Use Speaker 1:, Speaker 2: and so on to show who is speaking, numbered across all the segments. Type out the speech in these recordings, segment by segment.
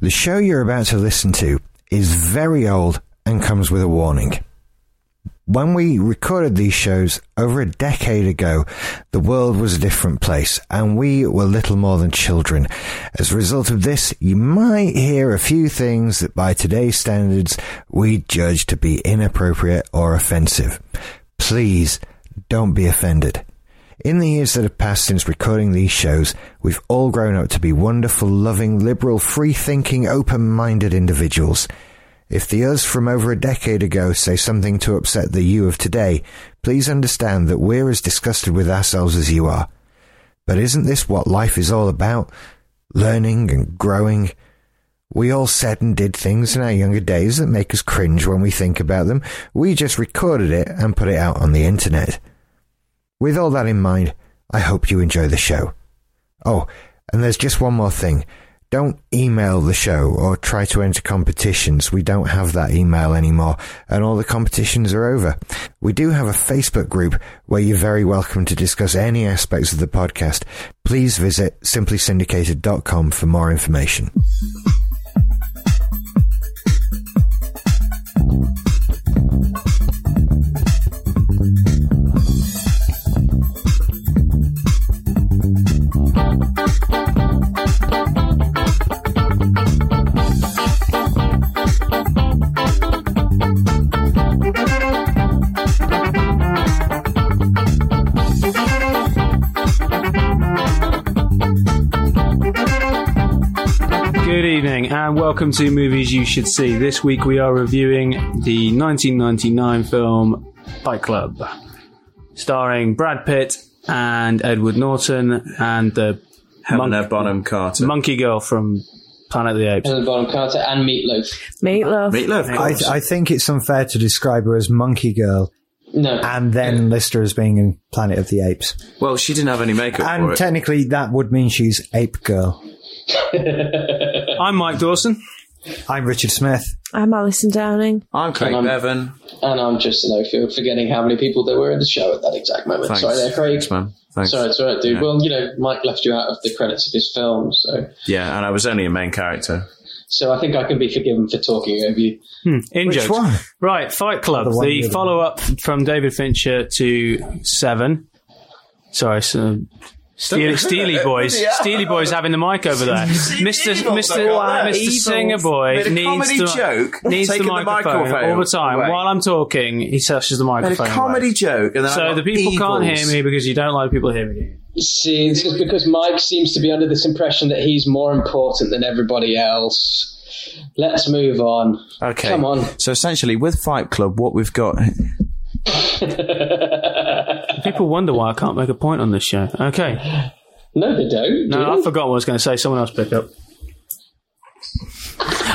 Speaker 1: The show you're about to listen to is very old and comes with a warning. When we recorded these shows over a decade ago, the world was a different place and we were little more than children. As a result of this, you might hear a few things that by today's standards we judge to be inappropriate or offensive. Please don't be offended. In the years that have passed since recording these shows, we've all grown up to be wonderful, loving, liberal, free thinking, open minded individuals. If the us from over a decade ago say something to upset the you of today, please understand that we're as disgusted with ourselves as you are. But isn't this what life is all about? Learning and growing. We all said and did things in our younger days that make us cringe when we think about them. We just recorded it and put it out on the internet. With all that in mind, I hope you enjoy the show. Oh, and there's just one more thing. Don't email the show or try to enter competitions. We don't have that email anymore, and all the competitions are over. We do have a Facebook group where you're very welcome to discuss any aspects of the podcast. Please visit simplysyndicated.com for more information.
Speaker 2: Good evening and welcome to Movies You Should See. This week we are reviewing the 1999 film Fight Club, starring Brad Pitt and Edward Norton and the
Speaker 3: Helena
Speaker 2: Monk-
Speaker 3: Bonham Carter.
Speaker 2: monkey girl from Planet of the Apes.
Speaker 4: Helena Bonham Carter and Meatloaf.
Speaker 5: Meatloaf.
Speaker 3: Meatloaf.
Speaker 1: I,
Speaker 3: Carter.
Speaker 1: I think it's unfair to describe her as Monkey Girl
Speaker 4: No,
Speaker 1: and then list her as being in Planet of the Apes.
Speaker 3: well, she didn't have any makeup for
Speaker 1: And
Speaker 3: it.
Speaker 1: technically, that would mean she's Ape Girl.
Speaker 2: I'm Mike Dawson.
Speaker 1: I'm Richard Smith.
Speaker 5: I'm Alison Downing.
Speaker 3: I'm Craig
Speaker 4: And I'm-
Speaker 3: Bevan.
Speaker 4: and I'm Justin O'Field, forgetting how many people there were in the show at that exact moment.
Speaker 3: Thanks.
Speaker 4: Sorry there, Craig.
Speaker 3: Thanks, man. Thanks.
Speaker 4: Sorry, it's all right, dude.
Speaker 3: Yeah.
Speaker 4: Well, you know, Mike left you out of the credits of his film, so
Speaker 3: Yeah, and I was only a main character.
Speaker 4: so I think I can be forgiven for talking over you.
Speaker 2: In
Speaker 1: Which
Speaker 2: jokes.
Speaker 1: one?
Speaker 2: Right, Fight Club,
Speaker 1: The one
Speaker 2: the,
Speaker 1: with the-
Speaker 2: follow up from David Fincher to Seven. Sorry, so Steely, Steely Boys. Steely Boys having the mic over there. Mr. Mr. Mr. Singer Boy
Speaker 3: Made a
Speaker 2: needs
Speaker 3: comedy
Speaker 2: the,
Speaker 3: joke,
Speaker 2: needs the
Speaker 3: taken the
Speaker 2: microphone
Speaker 3: microphone
Speaker 2: all the time.
Speaker 3: away.
Speaker 2: While I'm talking, he touches the
Speaker 3: Made a
Speaker 2: microphone.
Speaker 3: comedy
Speaker 2: away.
Speaker 3: joke, and then I
Speaker 2: So
Speaker 3: got
Speaker 2: the people can't hear
Speaker 3: evils.
Speaker 2: me because you don't like people hearing you.
Speaker 4: See, it's just because Mike seems to be under this impression that he's more important than everybody else. Let's move on.
Speaker 3: Okay.
Speaker 4: Come on.
Speaker 3: So essentially, with Fight Club, what we've got.
Speaker 2: People wonder why I can't make a point on this show. Okay.
Speaker 4: No, they don't. do
Speaker 2: No, I
Speaker 4: they?
Speaker 2: forgot what I was going to say. Someone else pick up.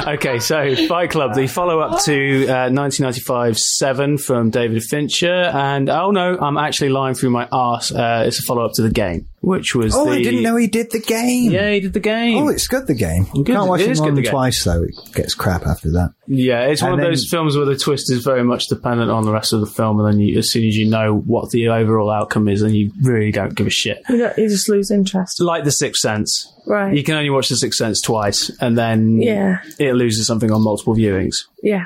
Speaker 2: Okay, so Fight Club, the follow up to uh, 1995 7 from David Fincher. And oh no, I'm actually lying through my arse. Uh, it's a follow up to The Game, which was
Speaker 1: Oh,
Speaker 2: the.
Speaker 1: I didn't know he did the game.
Speaker 2: Yeah, he did The Game.
Speaker 1: Oh, it's good, the game. You
Speaker 2: Good,
Speaker 1: can't watch
Speaker 2: it
Speaker 1: it,
Speaker 2: is
Speaker 1: more
Speaker 2: good, the
Speaker 1: than
Speaker 2: game.
Speaker 1: twice, though. It gets crap after that.
Speaker 2: Yeah, it's one
Speaker 1: And
Speaker 2: of
Speaker 1: then-
Speaker 2: those films where the twist is very much dependent on the rest of the film, and then you, as soon as you know what the overall outcome is, then you really don't give a shit.
Speaker 5: You, don't- you just lose interest.
Speaker 2: Like The Sixth Sense,
Speaker 5: Right.
Speaker 2: you can only watch The Sixth Sense twice, and then
Speaker 5: Yeah.
Speaker 2: it loses something on multiple viewings.
Speaker 5: yeah.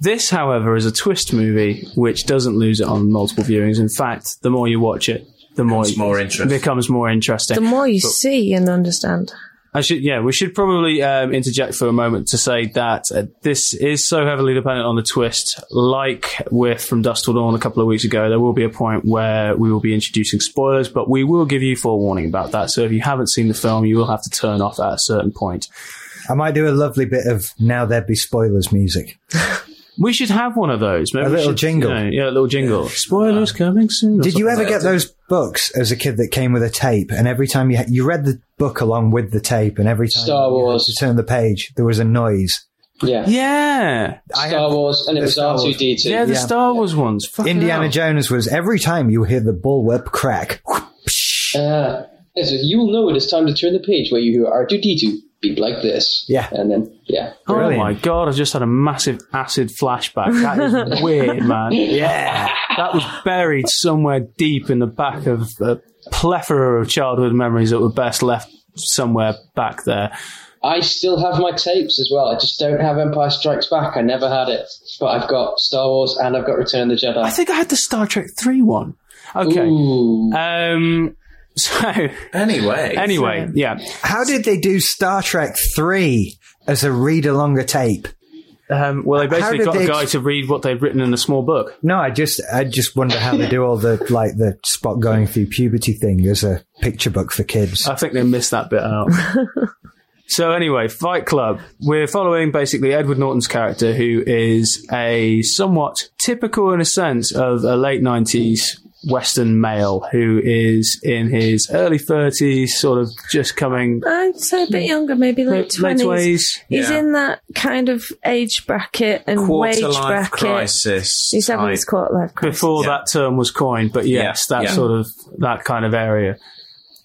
Speaker 2: This, however, is a twist movie which doesn't lose it on multiple viewings. In fact, the more you watch it, the more
Speaker 3: It's more interesting.
Speaker 2: it becomes more interesting.
Speaker 5: The more you see and understand.
Speaker 2: I should, yeah, we should probably um, interject for a moment to say that uh, this is so heavily dependent on the twist. Like with From Dust Till Dawn a couple of weeks ago, there will be a point where we will be introducing spoilers, but we will give you forewarning about that. So if you haven't seen the film, you will have to turn off at a certain point.
Speaker 1: I might do a lovely bit of Now There Be Spoilers music.
Speaker 2: We should have one of those. Maybe
Speaker 1: A
Speaker 2: we
Speaker 1: little
Speaker 2: should,
Speaker 1: jingle.
Speaker 2: you know, yeah, a little jingle. Spoilers coming soon. or
Speaker 1: Did you
Speaker 2: something.
Speaker 1: ever get those books as a kid that came with a tape? And every time you you read the book along with the tape, and every time
Speaker 4: Star
Speaker 1: you had
Speaker 4: Wars.
Speaker 1: to turn the page, there was a noise.
Speaker 4: Yeah.
Speaker 2: Yeah.
Speaker 1: I
Speaker 4: Star
Speaker 1: had-
Speaker 4: Wars, and it
Speaker 1: the
Speaker 4: was
Speaker 1: Star Wars.
Speaker 4: R2D2.
Speaker 2: Yeah, the
Speaker 1: Yeah.
Speaker 2: Star Wars ones. Fucking
Speaker 1: Indiana
Speaker 2: hell.
Speaker 1: Jones was every time you hear the bullwhip crack.
Speaker 4: Uh, it says, you will know it is time to turn the page where you hear R2D2 beep like this.
Speaker 1: Yeah.
Speaker 4: And then, yeah.
Speaker 2: Oh my god, I just had a massive acid flashback. That is weird, man. Yeah. That was buried somewhere deep in the back of a plethora of childhood memories that were best left somewhere back there.
Speaker 4: I still have my tapes as well. I just don't have Empire Strikes Back. I never had it, but I've got Star Wars and I've got Return of the Jedi.
Speaker 2: I think I had the Star Trek 3 one. Okay.
Speaker 4: Ooh.
Speaker 2: Um, so,
Speaker 3: Anyway.
Speaker 2: anyway, yeah.
Speaker 6: How did they do Star Trek 3 as a read along a tape?
Speaker 2: Um, well, they
Speaker 6: How
Speaker 2: basically
Speaker 6: did
Speaker 2: got
Speaker 6: they
Speaker 2: a guy
Speaker 6: ex-
Speaker 2: to read what they'd written in a small book.
Speaker 6: No, I just I just wonder how they do all the like the spot going through puberty thing as a picture book for kids.
Speaker 5: Uh,
Speaker 2: I think they missed that bit out. so anyway, Fight Club. We're following basically Edward Norton's character, who is a somewhat typical, in a sense, of a late nineties Western male who is in his early thirties, sort of just coming
Speaker 5: I'd say a bit younger, maybe late
Speaker 2: late
Speaker 5: twenties.
Speaker 2: twenties.
Speaker 5: He's
Speaker 3: Yeah.
Speaker 5: in that kind of age bracket and wage
Speaker 3: Quarter life
Speaker 5: bracket.
Speaker 3: crisis.
Speaker 5: He's having
Speaker 3: type.
Speaker 5: his quarter life crisis.
Speaker 2: before that term was coined, but yes,
Speaker 3: Yeah,
Speaker 2: that
Speaker 3: yeah.
Speaker 2: sort of that kind of area.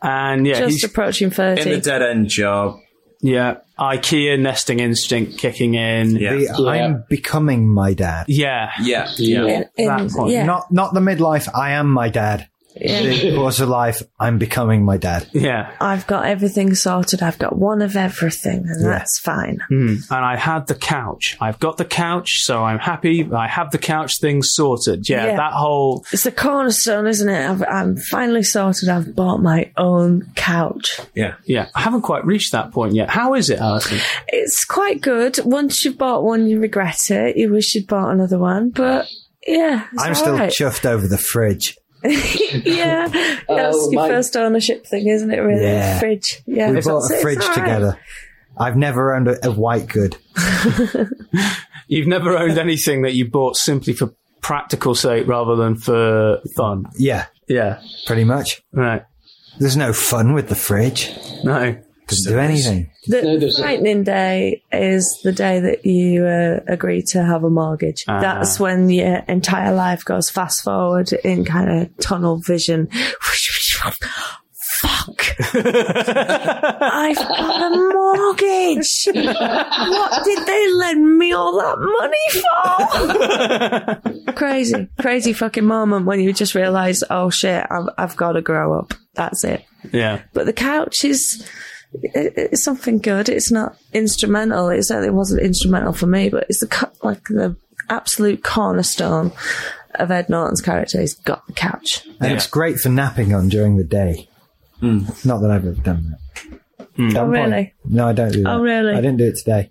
Speaker 2: And yeah,
Speaker 5: just
Speaker 2: he's,
Speaker 5: approaching
Speaker 3: In the
Speaker 5: thirty.
Speaker 3: dead end job.
Speaker 2: yeah, IKEA nesting instinct kicking in.
Speaker 3: Yeah.
Speaker 6: The I'm becoming my dad.
Speaker 2: yeah,
Speaker 3: Yeah.
Speaker 4: Yeah.
Speaker 3: Yeah.
Speaker 5: In-
Speaker 2: that
Speaker 5: in-
Speaker 2: point.
Speaker 5: yeah,
Speaker 6: Not not the midlife. I am my dad.
Speaker 5: yeah.
Speaker 6: The course of life. I'm becoming my dad.
Speaker 2: yeah.
Speaker 5: I've got everything sorted. I've got one of everything, and
Speaker 6: Yeah.
Speaker 5: that's fine.
Speaker 2: and I had the couch. I've got the couch, so I'm happy. I have the couch thing sorted. Yeah,
Speaker 5: Yeah.
Speaker 2: that whole
Speaker 5: It's the cornerstone, isn't it? I've, I'm finally sorted. I've bought my own couch.
Speaker 3: Yeah.
Speaker 2: yeah. I haven't quite reached that point yet. How is it, Uh, Alison?
Speaker 5: It's quite good. Once you've bought one, you regret it. You wish you'd bought another one, but yeah, it's
Speaker 6: I'm still
Speaker 5: alright.
Speaker 6: chuffed over the fridge.
Speaker 5: yeah, that's
Speaker 4: Oh,
Speaker 5: your
Speaker 4: my-
Speaker 5: first ownership thing, isn't it? Really,
Speaker 6: Yeah.
Speaker 5: fridge. Yeah,
Speaker 6: We
Speaker 5: It's-
Speaker 6: bought a
Speaker 5: it's
Speaker 6: fridge
Speaker 5: alright.
Speaker 6: together. I've never owned a, a white good.
Speaker 2: You've never owned anything that you bought simply for practical sake rather than for fun.
Speaker 6: Yeah,
Speaker 2: Yeah,
Speaker 6: pretty much.
Speaker 2: right.
Speaker 6: There's no fun with the fridge.
Speaker 2: No,
Speaker 6: Doesn't do anything.
Speaker 5: The
Speaker 4: No, there's a-
Speaker 5: frightening day is the day that you uh, agree to have a mortgage.
Speaker 4: Ah.
Speaker 5: That's when your entire life goes fast forward in kind of tunnel vision. Fuck! I've got a mortgage. what did they lend me all that money for? crazy, crazy fucking moment when you just realise, oh shit, I've, I've got to grow up. That's it
Speaker 2: yeah.
Speaker 5: but the couch is it, it's something good. It's not instrumental. It certainly wasn't instrumental for me, but it's the co- like the absolute cornerstone of Ed Norton's character. He's got the couch.
Speaker 6: And it's great for napping on during the day.
Speaker 3: Hmm.
Speaker 6: Not that I've ever done that.
Speaker 5: Oh, really?
Speaker 6: No, I don't do that.
Speaker 5: Oh, really?
Speaker 6: I didn't do it today.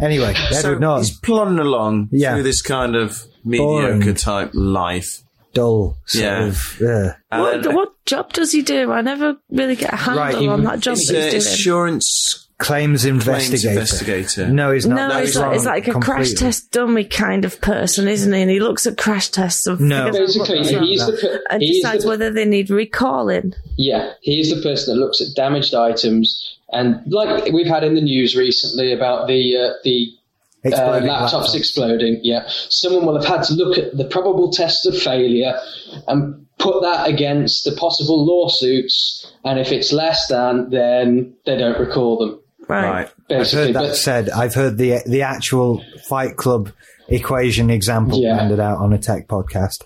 Speaker 6: Anyway,
Speaker 3: So
Speaker 6: Edward Norton,
Speaker 3: he's plodding along
Speaker 6: Yeah.
Speaker 3: through this kind of mediocre
Speaker 6: Boring.
Speaker 3: type life.
Speaker 6: dull sort
Speaker 3: Yeah.
Speaker 6: of. uh, Yeah.
Speaker 3: And
Speaker 5: what,
Speaker 3: then-
Speaker 5: what job does he do? I never really get a handle
Speaker 6: Right, he-
Speaker 5: on that job
Speaker 3: He's
Speaker 5: that he's
Speaker 3: an
Speaker 5: doing.
Speaker 3: insurance
Speaker 6: Claims
Speaker 3: claims
Speaker 6: investigator.
Speaker 3: investigator.
Speaker 6: No, he's not.
Speaker 5: no,
Speaker 6: That
Speaker 5: it's
Speaker 6: is
Speaker 5: like,
Speaker 6: wrong
Speaker 5: it's like a crash
Speaker 6: completely.
Speaker 5: test dummy kind of person, isn't he? And he looks at crash tests and
Speaker 6: No.
Speaker 5: figures out
Speaker 4: Basically,
Speaker 5: what's wrong
Speaker 4: he's the
Speaker 5: and
Speaker 4: he's
Speaker 5: decides
Speaker 4: the,
Speaker 5: whether they need recalling.
Speaker 4: yeah he's the person that looks at damaged items and like we've had in the news recently about the uh, the uh,
Speaker 6: Exploding
Speaker 4: laptops,
Speaker 6: laptop.
Speaker 4: exploding. Yeah, someone will have had to look at the probable test of failure and put that against the possible lawsuits. And if it's less than, then they don't recall them.
Speaker 3: Right.
Speaker 6: I've
Speaker 4: Basically,
Speaker 6: heard that
Speaker 4: but
Speaker 6: said. I've heard the the actual Fight Club equation example
Speaker 4: Yeah.
Speaker 6: handed out on a tech podcast.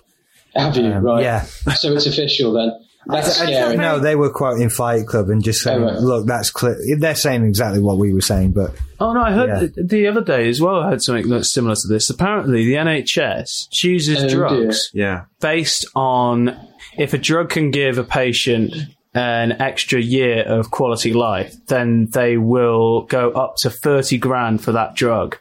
Speaker 4: have you
Speaker 6: Um,
Speaker 4: right?
Speaker 6: yeah.
Speaker 4: So it's official then. That's
Speaker 6: I- I-
Speaker 4: scary.
Speaker 6: no, they were quoting Fight Club and just saying,
Speaker 4: Oh, right.
Speaker 6: "Look, that's clear." They're saying exactly what we were saying, but
Speaker 2: Oh no, I heard
Speaker 6: Yeah.
Speaker 2: th- the, other day as well. I heard something that's similar to this. Apparently, the NHS chooses
Speaker 4: Oh, dear.
Speaker 2: drugs
Speaker 3: Yeah.
Speaker 2: based on if a drug can give a patient an extra year of quality life, then they will go up to 30 grand for that drug.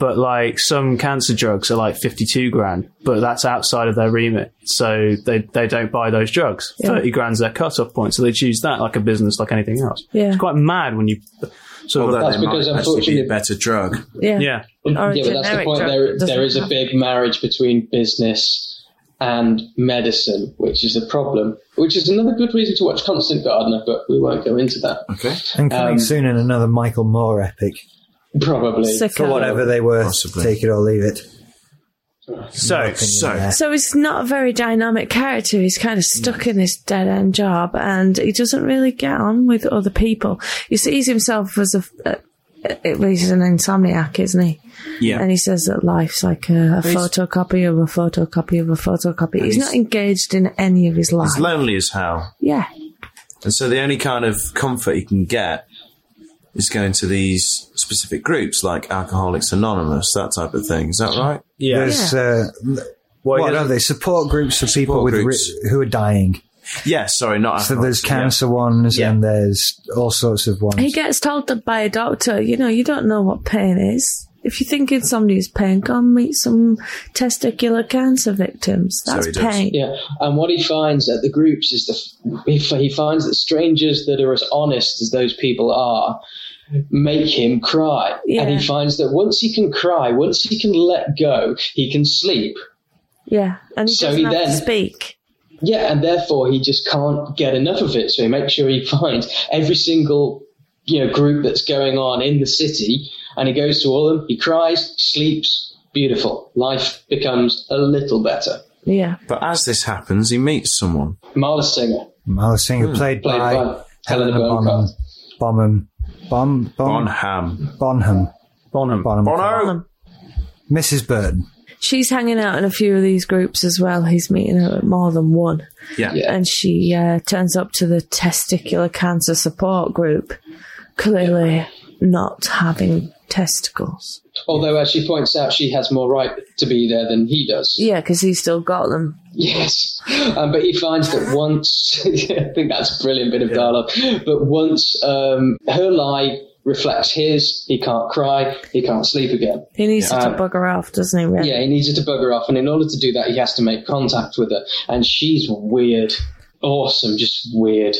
Speaker 2: But like some cancer drugs are like 52 grand, but that's outside of their remit. So they, they don't buy those drugs. 30 grand's their cutoff point. So they choose that like a business, like anything else.
Speaker 5: Yeah.
Speaker 2: It's quite mad when you sort
Speaker 3: Although
Speaker 2: of.
Speaker 4: That's
Speaker 3: there might
Speaker 4: because
Speaker 3: actually be a
Speaker 4: unfortunately-
Speaker 3: better drug.
Speaker 5: Yeah.
Speaker 2: Yeah.
Speaker 5: Or a
Speaker 4: yeah, but that's the
Speaker 5: generic
Speaker 4: point.
Speaker 5: drug
Speaker 4: There,
Speaker 5: that
Speaker 4: there is a
Speaker 5: doesn't
Speaker 4: big marriage between business and medicine, which is a problem. Which is another good reason to watch Constant Gardener, but we won't go into that.
Speaker 3: Okay.
Speaker 6: and coming soon in another Michael Moore epic
Speaker 4: Probably.
Speaker 5: have sicko.
Speaker 6: for whatever they were.
Speaker 3: Possibly.
Speaker 6: Take it or leave it.
Speaker 2: So,
Speaker 3: So
Speaker 6: Yeah.
Speaker 5: So he's not a very dynamic character. He's kind of stuck in this dead end job and he doesn't really get on with other people. He sees himself as a, uh, uh, well, he's an insomniac, isn't he?
Speaker 3: yeah.
Speaker 5: And he says that life's like a, a photocopy of a photocopy of a photocopy. He's,
Speaker 3: he's-
Speaker 5: not engaged in any of his life.
Speaker 3: He's lonely as hell.
Speaker 5: yeah.
Speaker 3: And so the only kind of comfort he can get is going to these specific groups like Alcoholics Anonymous, that type of thing. Is that right?
Speaker 2: Yeah.
Speaker 1: There's uh,
Speaker 2: Well,
Speaker 1: what
Speaker 2: yeah,
Speaker 1: are they? Support groups for people
Speaker 3: Support
Speaker 1: with
Speaker 3: groups.
Speaker 1: ri- who are dying.
Speaker 3: Yeah, sorry, not
Speaker 1: So there's
Speaker 3: alcoholics.
Speaker 1: cancer ones
Speaker 3: Yeah.
Speaker 1: and there's all sorts of ones.
Speaker 5: He gets told that by a doctor, you know, you don't know what pain is. If you're thinking somebody is pain, go and meet some testicular cancer victims.
Speaker 3: So
Speaker 5: That's
Speaker 3: he does.
Speaker 5: pain.
Speaker 4: Yeah, and what he finds at the groups is the he, he finds that strangers that are as honest as those people are make him cry, and
Speaker 5: Yeah.
Speaker 4: he finds that once he can cry, once he can let go, he can sleep.
Speaker 5: Yeah. And he
Speaker 4: So
Speaker 5: doesn't
Speaker 4: he
Speaker 5: have to
Speaker 4: then-
Speaker 5: speak.
Speaker 4: Yeah, and therefore he just can't get enough of it. So he makes sure he finds every single you know group that's going on in the city, and he goes to all of them. He cries, sleeps. Beautiful. Life becomes a little better.
Speaker 5: Yeah.
Speaker 3: But as this happens, he meets someone.
Speaker 4: Marla Singer,
Speaker 1: Marla Singer,
Speaker 3: Hmm.
Speaker 1: played,
Speaker 4: played
Speaker 1: by,
Speaker 4: by
Speaker 1: Helena
Speaker 4: Helena
Speaker 1: Bonham.
Speaker 4: Bonham.
Speaker 1: Bonham. Bon, bon,
Speaker 3: Bonham.
Speaker 1: Bonham.
Speaker 2: Bonham.
Speaker 1: Bonham.
Speaker 3: Bono!
Speaker 1: Mrs. Burton.
Speaker 5: She's hanging out in a few of these groups as well. He's meeting her at more than one.
Speaker 3: Yeah.
Speaker 4: Yeah.
Speaker 5: And she uh, turns up to the testicular cancer support group, clearly not having testicles.
Speaker 4: although as she points out, she has more right to be there than he does.
Speaker 5: Yeah, because he's still got them.
Speaker 4: Yes, um, but he finds that once I think that's a brilliant bit of dialogue. But once um, her lie reflects his, he can't cry, he can't sleep again.
Speaker 5: He needs
Speaker 4: Yeah.
Speaker 5: to bugger off, doesn't he? Really?
Speaker 4: Yeah, he needs her to bugger off, and in order to do that, he has to make contact with her, and she's weird, awesome, just weird.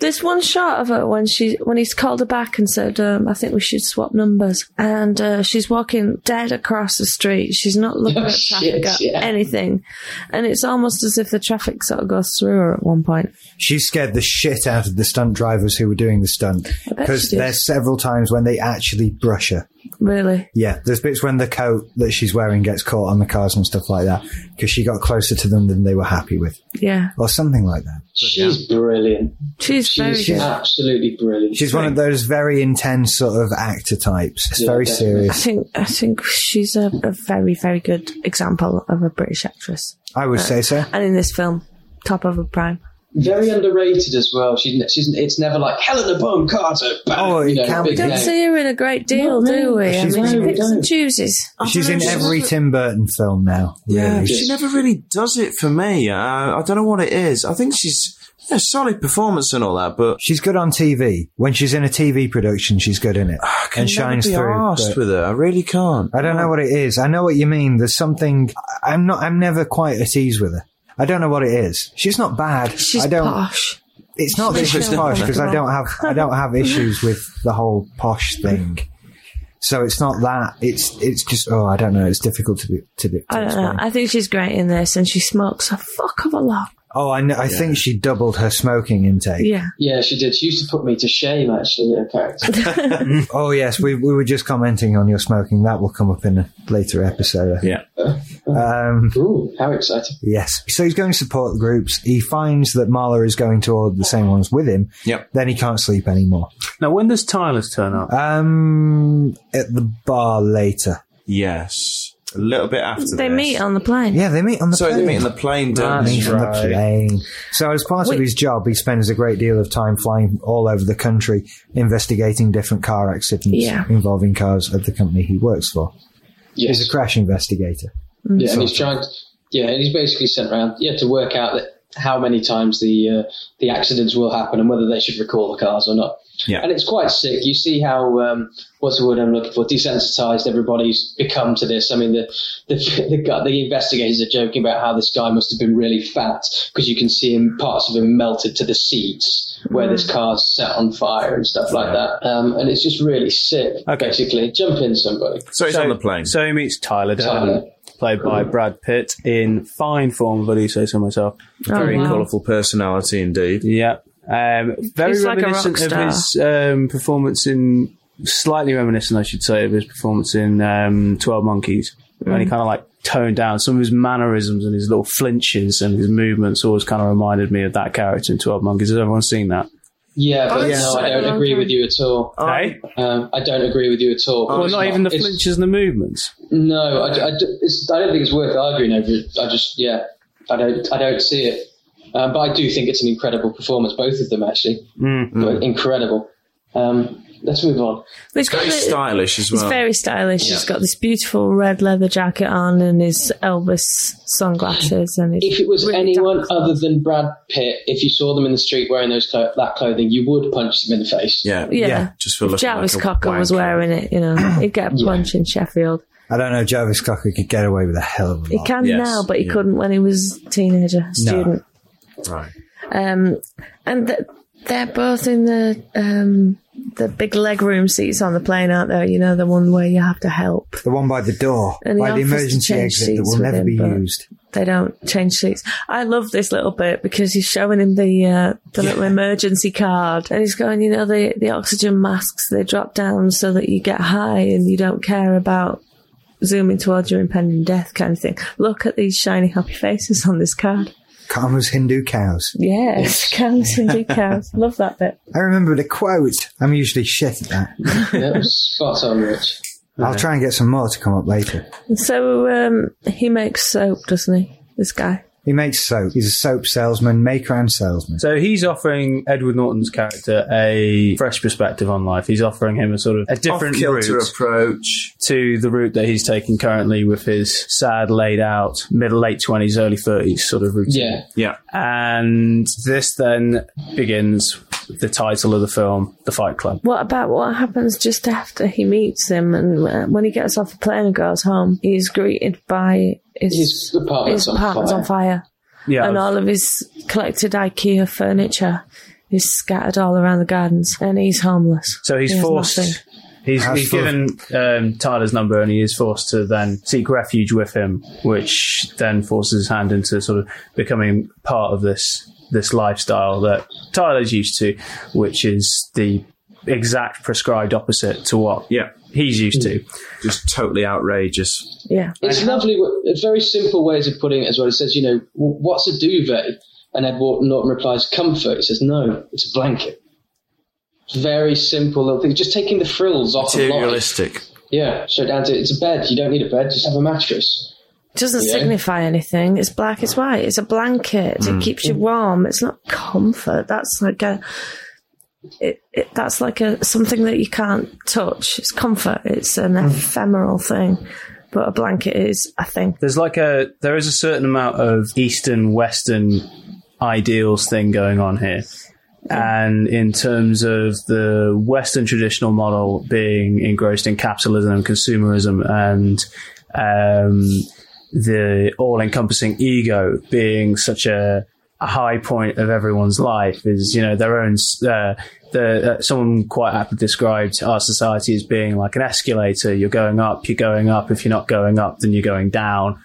Speaker 5: There's one shot of her when she when he's called her back and said, um, "I think we should swap numbers." And uh, she's walking dead across the street. She's not looking at traffic
Speaker 4: Oh, Shit,
Speaker 5: at
Speaker 4: yeah.
Speaker 5: anything, and it's almost as if the traffic sort of goes through her at one point.
Speaker 1: She scared the shit out of the stunt drivers who were doing the stunt.
Speaker 5: I bet
Speaker 1: Because
Speaker 5: she did.
Speaker 1: there's several times when they actually brush her.
Speaker 5: Really,
Speaker 1: Yeah, there's bits when the coat that she's wearing gets caught on the cars and stuff like that because she got closer to them than they were happy with,
Speaker 5: yeah,
Speaker 1: or something like that.
Speaker 4: She's brilliant.
Speaker 5: she's very
Speaker 4: She's
Speaker 5: good.
Speaker 4: absolutely brilliant.
Speaker 1: She's one of those very intense sort of actor types. It's
Speaker 4: Yeah,
Speaker 1: very
Speaker 4: definitely.
Speaker 5: I
Speaker 1: serious.
Speaker 5: think I think she's a, a very very good example of a British actress,
Speaker 1: I would say so.
Speaker 5: and in this film, top of her prime.
Speaker 4: very underrated as well. She, she's it's never like Helena Bonham Carter. Bam,
Speaker 1: Oh, it
Speaker 4: you know,
Speaker 1: can be
Speaker 5: We
Speaker 4: big
Speaker 5: don't
Speaker 4: name.
Speaker 5: see her in a great deal,
Speaker 4: No,
Speaker 5: do
Speaker 4: no.
Speaker 5: we?
Speaker 1: She's
Speaker 5: I mean,
Speaker 1: in-
Speaker 5: she
Speaker 1: No, we
Speaker 5: picks and
Speaker 4: don't.
Speaker 5: chooses.
Speaker 1: She's in every Tim Burton film now.
Speaker 3: Yeah,
Speaker 1: Really.
Speaker 3: she never really does it for me. Uh, I don't know what it is. I think she's yeah, solid performance and all that, but
Speaker 1: She's good on TV. When she's in a TV production, she's good in it
Speaker 3: I Ah, can
Speaker 1: and shines
Speaker 3: never be
Speaker 1: through.
Speaker 3: arsed
Speaker 1: but-
Speaker 3: with her. I really can't.
Speaker 1: I don't know what it is. I know what you mean. There's something I'm not. I'm never quite at ease with her. I don't know what it is. She's not bad.
Speaker 5: She's
Speaker 1: I don't.
Speaker 5: posh.
Speaker 1: It's not that she's
Speaker 5: Michelle
Speaker 1: posh because I
Speaker 5: Obama.
Speaker 1: don't have. I don't have issues with the whole posh thing. So it's not that. It's it's just. Oh, I don't know. It's difficult to be, to be. To
Speaker 5: I don't know.
Speaker 1: explain.
Speaker 5: I think she's great in this, and she smokes a fuck of a lot.
Speaker 1: Oh, I know. I think she doubled her smoking intake.
Speaker 5: Yeah,
Speaker 4: Yeah, she did. She used to put me to shame, actually, her character.
Speaker 1: Oh yes, we we were just commenting on your smoking. That will come up in a later episode.
Speaker 3: Yeah.
Speaker 1: Um,
Speaker 4: Ooh, how exciting.
Speaker 1: Yes. So he's going to support groups. He finds that Marla is going to all the same ones with him.
Speaker 3: Yep.
Speaker 1: Then he can't sleep anymore.
Speaker 2: Now, when does Tyler's turn up?
Speaker 1: Um, at the bar later.
Speaker 3: Yes. A little bit after
Speaker 5: they
Speaker 3: this.
Speaker 5: meet on the plane.
Speaker 1: Yeah, they meet on the
Speaker 3: Sorry,
Speaker 1: plane.
Speaker 3: they meet in the plane, don't
Speaker 2: That's
Speaker 3: they?
Speaker 1: Meet on the
Speaker 2: right.
Speaker 1: plane. So as part of
Speaker 5: Wait.
Speaker 1: his job, he spends a great deal of time flying all over the country, investigating different car accidents
Speaker 5: Yeah.
Speaker 1: involving cars at the company he works for.
Speaker 4: Yes.
Speaker 1: He's a crash investigator.
Speaker 4: yeah, and he's trying. To, yeah, and he's basically sent around yeah to work out that how many times the uh, the accidents will happen and whether they should recall the cars or not.
Speaker 3: Yeah.
Speaker 4: And it's quite sick. You see how um, what's the word I'm looking for? Desensitized everybody's become to this. I mean, the the the, guy, the investigators are joking about how this guy must have been really fat because you can see him parts of him melted to the seats where
Speaker 2: Mm.
Speaker 4: this car's set on fire and stuff like that. Um, and it's just really sick.
Speaker 2: Okay.
Speaker 4: Basically, jump in somebody.
Speaker 3: So he's on the plane.
Speaker 2: So he meets Tyler
Speaker 4: Tyler.
Speaker 2: Durden, played by Brad Pitt, in fine form, if I do say so myself.
Speaker 3: Very
Speaker 5: Oh, wow.
Speaker 3: colourful personality indeed.
Speaker 2: Yeah. Um, very
Speaker 5: He's like a
Speaker 2: reminiscent
Speaker 5: rock
Speaker 2: of his um, performance in, slightly reminiscent, I should say, of his performance in um, 12 Monkeys. When he
Speaker 5: Mm.
Speaker 2: kind of like toned down some of his mannerisms and his little flinches and his movements always kind of reminded me of that character in 12 Monkeys. Has everyone seen that?
Speaker 4: Yeah,
Speaker 2: Oh,
Speaker 4: but no, I don't
Speaker 5: Okay.
Speaker 4: agree with you at all.
Speaker 2: Hey?
Speaker 4: Um, I don't agree with you at all.
Speaker 2: Oh. Well,
Speaker 4: It's
Speaker 2: not even the
Speaker 4: it's-
Speaker 2: flinches and the movements.
Speaker 4: No, I, I- it's, I don't think it's worth arguing over. it. I just, yeah, I don't, I don't see it. Um, but I do think it's an incredible performance, both of them actually, They're incredible. Um, Let's move on.
Speaker 5: But it's got
Speaker 3: Very
Speaker 5: the-
Speaker 3: stylish as
Speaker 5: It's
Speaker 3: well.
Speaker 5: very stylish. He's got this beautiful red leather jacket on and his Elvis sunglasses. And his
Speaker 4: If it was
Speaker 5: really
Speaker 4: anyone
Speaker 5: dark-
Speaker 4: other than Brad Pitt, if you saw them in the street wearing those clo- that clothing, you would punch them in the face.
Speaker 3: yeah.
Speaker 5: yeah.
Speaker 6: Yeah,
Speaker 3: Just for
Speaker 5: If
Speaker 3: looking
Speaker 5: Jarvis
Speaker 3: like a
Speaker 5: Cocker was
Speaker 3: wanker.
Speaker 5: wearing it, you know, he'd get a punch in Sheffield.
Speaker 6: I don't know. Jarvis Cocker could get away with a hell of a
Speaker 5: He
Speaker 6: lot.
Speaker 5: can
Speaker 3: Oh, Yes,
Speaker 5: now, but he
Speaker 3: yeah.
Speaker 5: couldn't when he was a teenager, student.
Speaker 3: Right.
Speaker 5: Um, and th- they're both in the um, the big leg room seats on the plane, aren't they? You know, the one where you have to help.
Speaker 6: The one by the door,
Speaker 5: And he
Speaker 6: by the
Speaker 5: offers to
Speaker 6: emergency
Speaker 5: change
Speaker 6: exit that
Speaker 5: seats
Speaker 6: will
Speaker 5: with
Speaker 6: never
Speaker 5: him,
Speaker 6: be
Speaker 5: but-
Speaker 6: used.
Speaker 5: They don't change seats. I love this little bit because he's showing him the uh, the little emergency card, and he's going, you know, the the oxygen masks they drop down so that you get high and you don't care about zooming towards your impending death kind of thing. Look at these shiny happy faces on this card.
Speaker 6: Calm as Hindu cows.
Speaker 5: Yes, cows and decals. Love that bit.
Speaker 6: I remember the quote. I'm usually shit at that.
Speaker 4: That was spot on, Rich.
Speaker 6: I'll try and get some more to come up later.
Speaker 5: So um, he makes soap, doesn't he? This guy.
Speaker 6: He makes soap. He's a soap salesman, maker and salesman.
Speaker 2: So he's offering Edward Norton's character a fresh perspective on life. He's offering him a sort of a different
Speaker 3: Off-kilter
Speaker 2: route
Speaker 3: approach.
Speaker 2: to the route that he's taking currently with his sad, laid out, middle late twenties, early thirties sort of routine.
Speaker 3: Yeah.
Speaker 4: Yeah.
Speaker 2: And this then begins with the title of the film, The Fight Club.
Speaker 5: What about what happens just after he meets him and uh, when he gets off the plane and goes home? He's greeted by his,
Speaker 4: His apartment's
Speaker 5: his
Speaker 4: on
Speaker 5: apartment's
Speaker 4: fire.
Speaker 5: on fire
Speaker 2: Yeah.
Speaker 5: and all of his collected IKEA furniture is scattered all around the gardens and he's homeless.
Speaker 2: So he's
Speaker 5: He has
Speaker 2: forced.
Speaker 5: nothing.
Speaker 2: He's,
Speaker 6: Has
Speaker 2: he's
Speaker 6: for-
Speaker 2: given um, Tyler's number and he is forced to then seek refuge with him, which then forces his hand into sort of becoming part of this this lifestyle that Tyler's used to, which is the exact prescribed opposite to what
Speaker 3: Yeah.
Speaker 2: he's used
Speaker 5: Hmm.
Speaker 2: to.
Speaker 3: Just totally outrageous.
Speaker 5: Yeah.
Speaker 4: It's lovely. w- Very simple ways of putting it as well. It says, you know, "W- what's a duvet? And Edward Norton replies, comfort. He says, no, it's a blanket. Very simple little thing. Just taking the frills off of life.
Speaker 3: Materialistic.
Speaker 4: Yeah. So down to it's a bed. You don't need a bed. Just have a mattress.
Speaker 5: It doesn't
Speaker 4: Yeah.
Speaker 5: signify anything. It's black, it's white, it's a blanket. It keeps you warm. It's not comfort. That's like a it, it that's like a something that you can't touch. It's comfort. It's an ephemeral thing. But a blanket is a thing.
Speaker 2: There's like a there is a certain amount of Eastern Western ideals thing going on here. And in terms of the Western traditional model being engrossed in capitalism and consumerism and um, the all encompassing ego being such a, a high point of everyone's life is, you know, their own, s- uh, the, uh, someone quite aptly described our society as being like an escalator. You're going up, you're going up. If you're not going up, then you're going down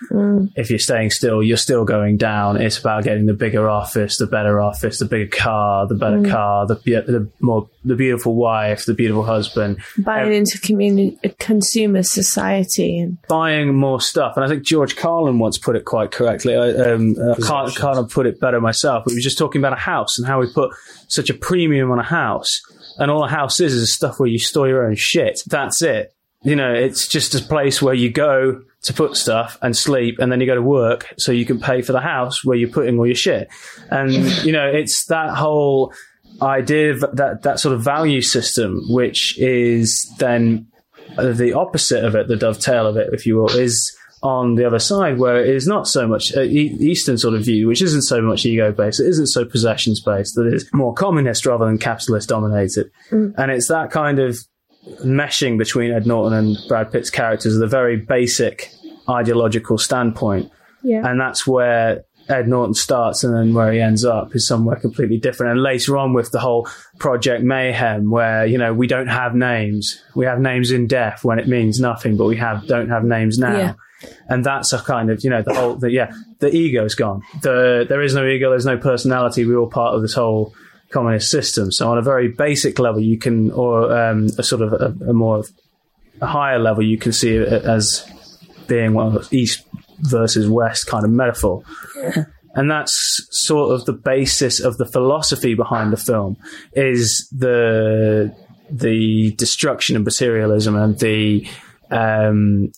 Speaker 2: if you're staying still, you're still going down. It's about getting the bigger office, the better office, the bigger car, the better car, the, be- the more the beautiful wife, the beautiful husband,
Speaker 5: Buying into communi- a consumer society and
Speaker 2: buying more stuff. And I think George Carlin once put it quite correctly. I, um, I can't, can't have put it better myself. We were just talking about a house and how we put such a premium on a house, and all a house is is stuff where you store your own shit. That's it. You know, it's just a place where you go to put stuff and sleep, and then you go to work so you can pay for the house where you're putting all your shit. And you know, it's that whole idea of that that sort of value system, which is then uh, the opposite of it, the dovetail of it, if you will, is on the other side where it is not so much uh, E- Eastern sort of view, which isn't so much ego based, it isn't so possessions based, that it's more communist rather than capitalist dominated. And it's that kind of meshing between Ed Norton and Brad Pitt's characters, the very basic ideological standpoint.
Speaker 5: Yeah.
Speaker 2: And that's where Ed Norton starts and then where he ends up is somewhere completely different. And later on with the whole Project Mayhem, where, you know, we don't have names. We have names in death when it means nothing, but we have don't have names now.
Speaker 5: Yeah.
Speaker 2: And that's a kind of, you know, the whole, the, yeah, the ego's gone. The, there is no ego, there's no personality. We're all part of this whole communist system. So on a very basic level, you can, or um, a sort of a, a more a higher level, you can see it as being one of those East versus West kind of metaphor. And that's sort of the basis of the philosophy behind the film is the the destruction of materialism and the um,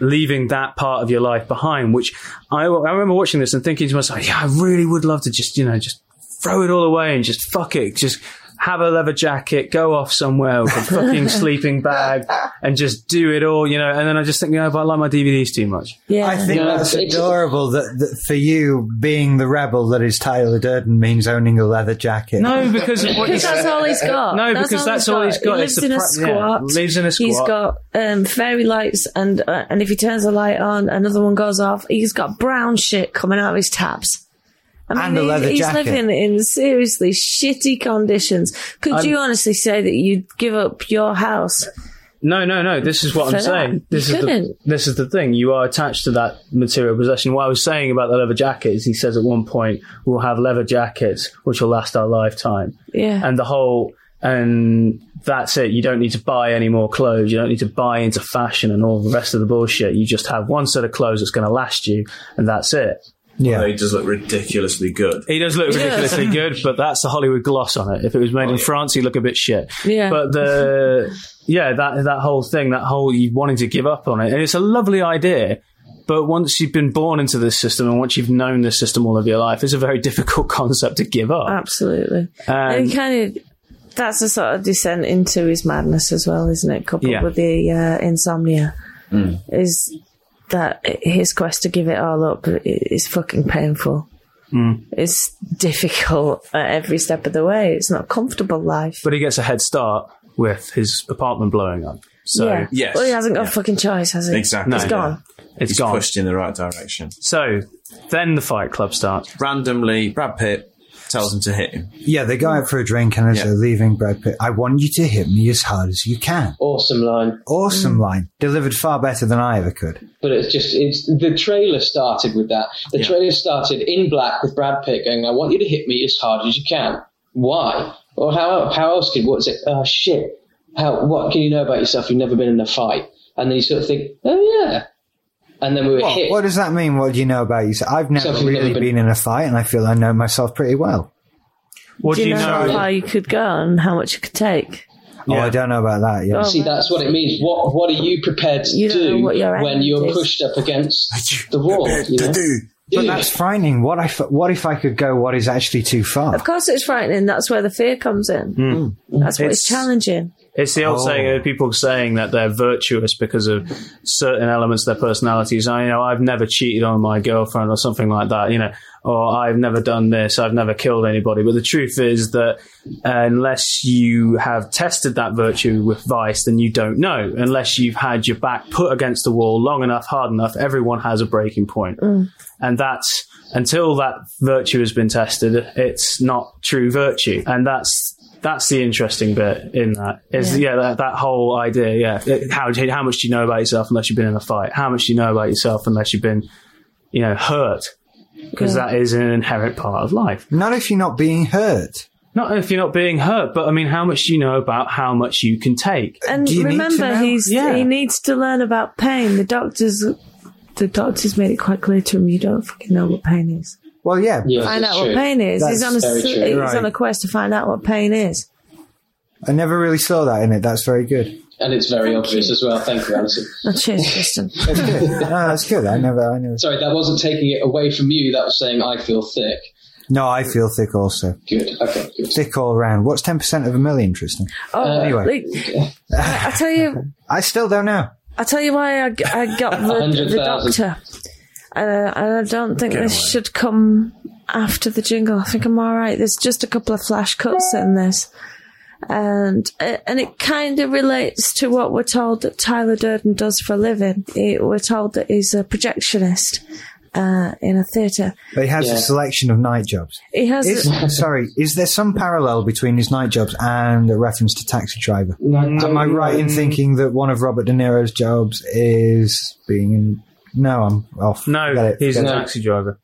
Speaker 2: leaving that part of your life behind. Which I, I remember watching this and thinking to myself, yeah, I really would love to just you know just throw it all away and just fuck it, just have a leather jacket, go off somewhere with a fucking sleeping bag, and just do it all, you know. And then I just think, you know, but I like my DVDs too much.
Speaker 5: Yeah.
Speaker 6: I think
Speaker 4: Yeah,
Speaker 6: that's
Speaker 4: it's-
Speaker 6: adorable that, that for you being the rebel that is Tyler Durden means owning a leather jacket.
Speaker 2: No, because of what you
Speaker 5: because that's all he's got.
Speaker 2: No, because that's all he's got.
Speaker 5: He
Speaker 2: It's
Speaker 5: lives
Speaker 2: the
Speaker 5: in a
Speaker 2: pra- yeah,
Speaker 5: squat.
Speaker 2: lives in a
Speaker 5: He's
Speaker 2: squat.
Speaker 5: got um, fairy lights, and uh, and if he turns a light on, another one goes off. He's got brown shit coming out of his tabs. I mean,
Speaker 6: And a
Speaker 5: he's-
Speaker 6: leather
Speaker 5: he's,
Speaker 6: jacket.
Speaker 5: living in seriously shitty conditions. Could you honestly say that you'd give up your house?
Speaker 2: No, no, no. This is what
Speaker 5: For
Speaker 2: I'm
Speaker 5: that.
Speaker 2: saying. This
Speaker 5: You
Speaker 2: is the,
Speaker 5: couldn't.
Speaker 2: this is the thing. You are attached to that material possession. What I was saying about the leather jacket is he says at one point we'll have leather jackets which will last our lifetime,
Speaker 5: Yeah,
Speaker 2: and the whole and that's it. You don't need to buy any more clothes. You don't need to buy into fashion and all the rest of the bullshit. You just have one set of clothes that's going to last you, and that's it.
Speaker 6: Yeah.
Speaker 3: He does look ridiculously good.
Speaker 2: He does look ridiculously good, but that's the Hollywood gloss on it. If it was made in France, he'd look a bit shit.
Speaker 5: Yeah.
Speaker 2: But the yeah, that that whole thing, that whole you wanting to give up on it, and it's a lovely idea. But once you've been born into this system and once you've known this system all of your life, it's a very difficult concept to give up.
Speaker 5: absolutely.
Speaker 2: And
Speaker 5: And kind of that's a sort of descent into his madness as well, isn't it? Coupled
Speaker 2: Yeah.
Speaker 5: with the uh, insomnia, is that his quest to give it all up i- is fucking painful. It's difficult at every step of the way. It's not a comfortable life.
Speaker 2: but he gets a head start with his apartment blowing up, so
Speaker 5: yeah.
Speaker 3: yes.
Speaker 5: Well, he hasn't got a fucking choice, has he?
Speaker 3: Exactly.
Speaker 2: No.
Speaker 5: It's gone.
Speaker 2: it's
Speaker 3: He's
Speaker 2: gone.
Speaker 3: pushed in the right direction.
Speaker 2: So then the Fight Club starts.
Speaker 3: Randomly, Brad Pitt tells him to hit him.
Speaker 6: Yeah, they go out for a drink, and as
Speaker 3: Yeah.
Speaker 6: they're leaving, Brad Pitt, I want you to hit me as hard as you can.
Speaker 4: Awesome line.
Speaker 5: Mm.
Speaker 6: Awesome line, delivered far better than I ever could.
Speaker 4: But it's just it's the trailer started with that. The trailer started in black with Brad Pitt going, "I want you to hit me as hard as you can." Why? Or how how else could what's it? Oh shit! How what can you know about yourself? You've never been in a fight, and then you sort of think, "Oh yeah," and then we were
Speaker 6: What,
Speaker 4: hit.
Speaker 6: what does that mean? What do you know about yourself? I've never
Speaker 4: Something
Speaker 6: really
Speaker 4: that-
Speaker 6: been in a fight, and I feel I know myself pretty well.
Speaker 2: What
Speaker 5: Do you know how far you could go and how much you could take?
Speaker 6: Oh, I don't know about that. Yeah.
Speaker 5: Oh.
Speaker 4: See, that's what it means. What what are you prepared to
Speaker 5: You don't know
Speaker 4: do
Speaker 5: what your
Speaker 4: when
Speaker 5: end
Speaker 4: you're
Speaker 5: is.
Speaker 4: pushed up
Speaker 6: Oh.
Speaker 4: against the wall? You know?
Speaker 6: But that's frightening. What if, what if I could go what is actually too far?
Speaker 5: Of course, it's frightening. That's where the fear comes in. That's what
Speaker 2: It's-
Speaker 5: it's challenging.
Speaker 2: It's the old
Speaker 6: Oh.
Speaker 2: saying of people saying that they're virtuous because of certain elements of their personalities. I, you know, I've never cheated on my girlfriend or something like that, you know, or I've never done this, I've never killed anybody. But the truth is that unless you have tested that virtue with vice, then you don't know. Unless you've had your back put against the wall long enough, hard enough, everyone has a breaking point. And that's until that virtue has been tested, it's not true virtue. And that's that's the interesting bit in that is yeah, that, that whole idea yeah It- how how much do you know about yourself unless you've been in a fight how much do you know about yourself unless you've been you know hurt because
Speaker 5: Yeah.
Speaker 2: that is an inherent part of life
Speaker 6: Not if you're not being hurt.
Speaker 2: not if you're not being hurt but I mean how much do you know about how much you can take
Speaker 5: And
Speaker 6: Do you need to
Speaker 5: remember,
Speaker 6: know?
Speaker 5: he's
Speaker 2: Yeah.
Speaker 5: he needs to learn about pain. The doctors, the doctors made it quite clear to him: you don't fucking know what pain is.
Speaker 6: Well, yeah.
Speaker 4: Yeah,
Speaker 5: Find
Speaker 4: that's
Speaker 5: out
Speaker 4: true.
Speaker 5: what pain is. he's
Speaker 6: That's
Speaker 5: on a
Speaker 4: very
Speaker 5: s-
Speaker 4: true.
Speaker 5: he's
Speaker 6: Right.
Speaker 5: on a quest to find out what pain is.
Speaker 6: I never really saw that in it. That's very good.
Speaker 4: and it's very obvious as well. Thank you, Alison.
Speaker 5: Oh, cheers, Kristen.
Speaker 6: No, that's good. I never, I never.
Speaker 4: Sorry, that wasn't taking it away from you. That was saying I feel thick.
Speaker 6: No, I feel thick also.
Speaker 4: Good. Okay. Good.
Speaker 6: Thick all round. What's 10% of a million, Tristan?
Speaker 5: Oh,
Speaker 6: Anyway.
Speaker 5: like, I, I tell you,
Speaker 6: I still don't know.
Speaker 5: I tell you why I, g- I got the, the
Speaker 4: 100,000.
Speaker 5: doctor. Uh, and I don't think this should come after the jingle. I think I'm all right. There's just a couple of flash cuts in this, and uh, and it kind of relates to what we're told that Tyler Durden does for a living. He, we're told that he's a projectionist uh, in a theatre.
Speaker 6: But he has a
Speaker 4: Yeah.
Speaker 6: selection of night jobs.
Speaker 5: He has.
Speaker 6: Is, sorry, is there some parallel between his night jobs and a reference to Taxi Driver? Am I right
Speaker 5: Um,
Speaker 6: in thinking that one of Robert De Niro's jobs is being in. No, I'm off. Forget
Speaker 2: no
Speaker 6: it.
Speaker 2: he's a
Speaker 6: forget,
Speaker 2: taxi driver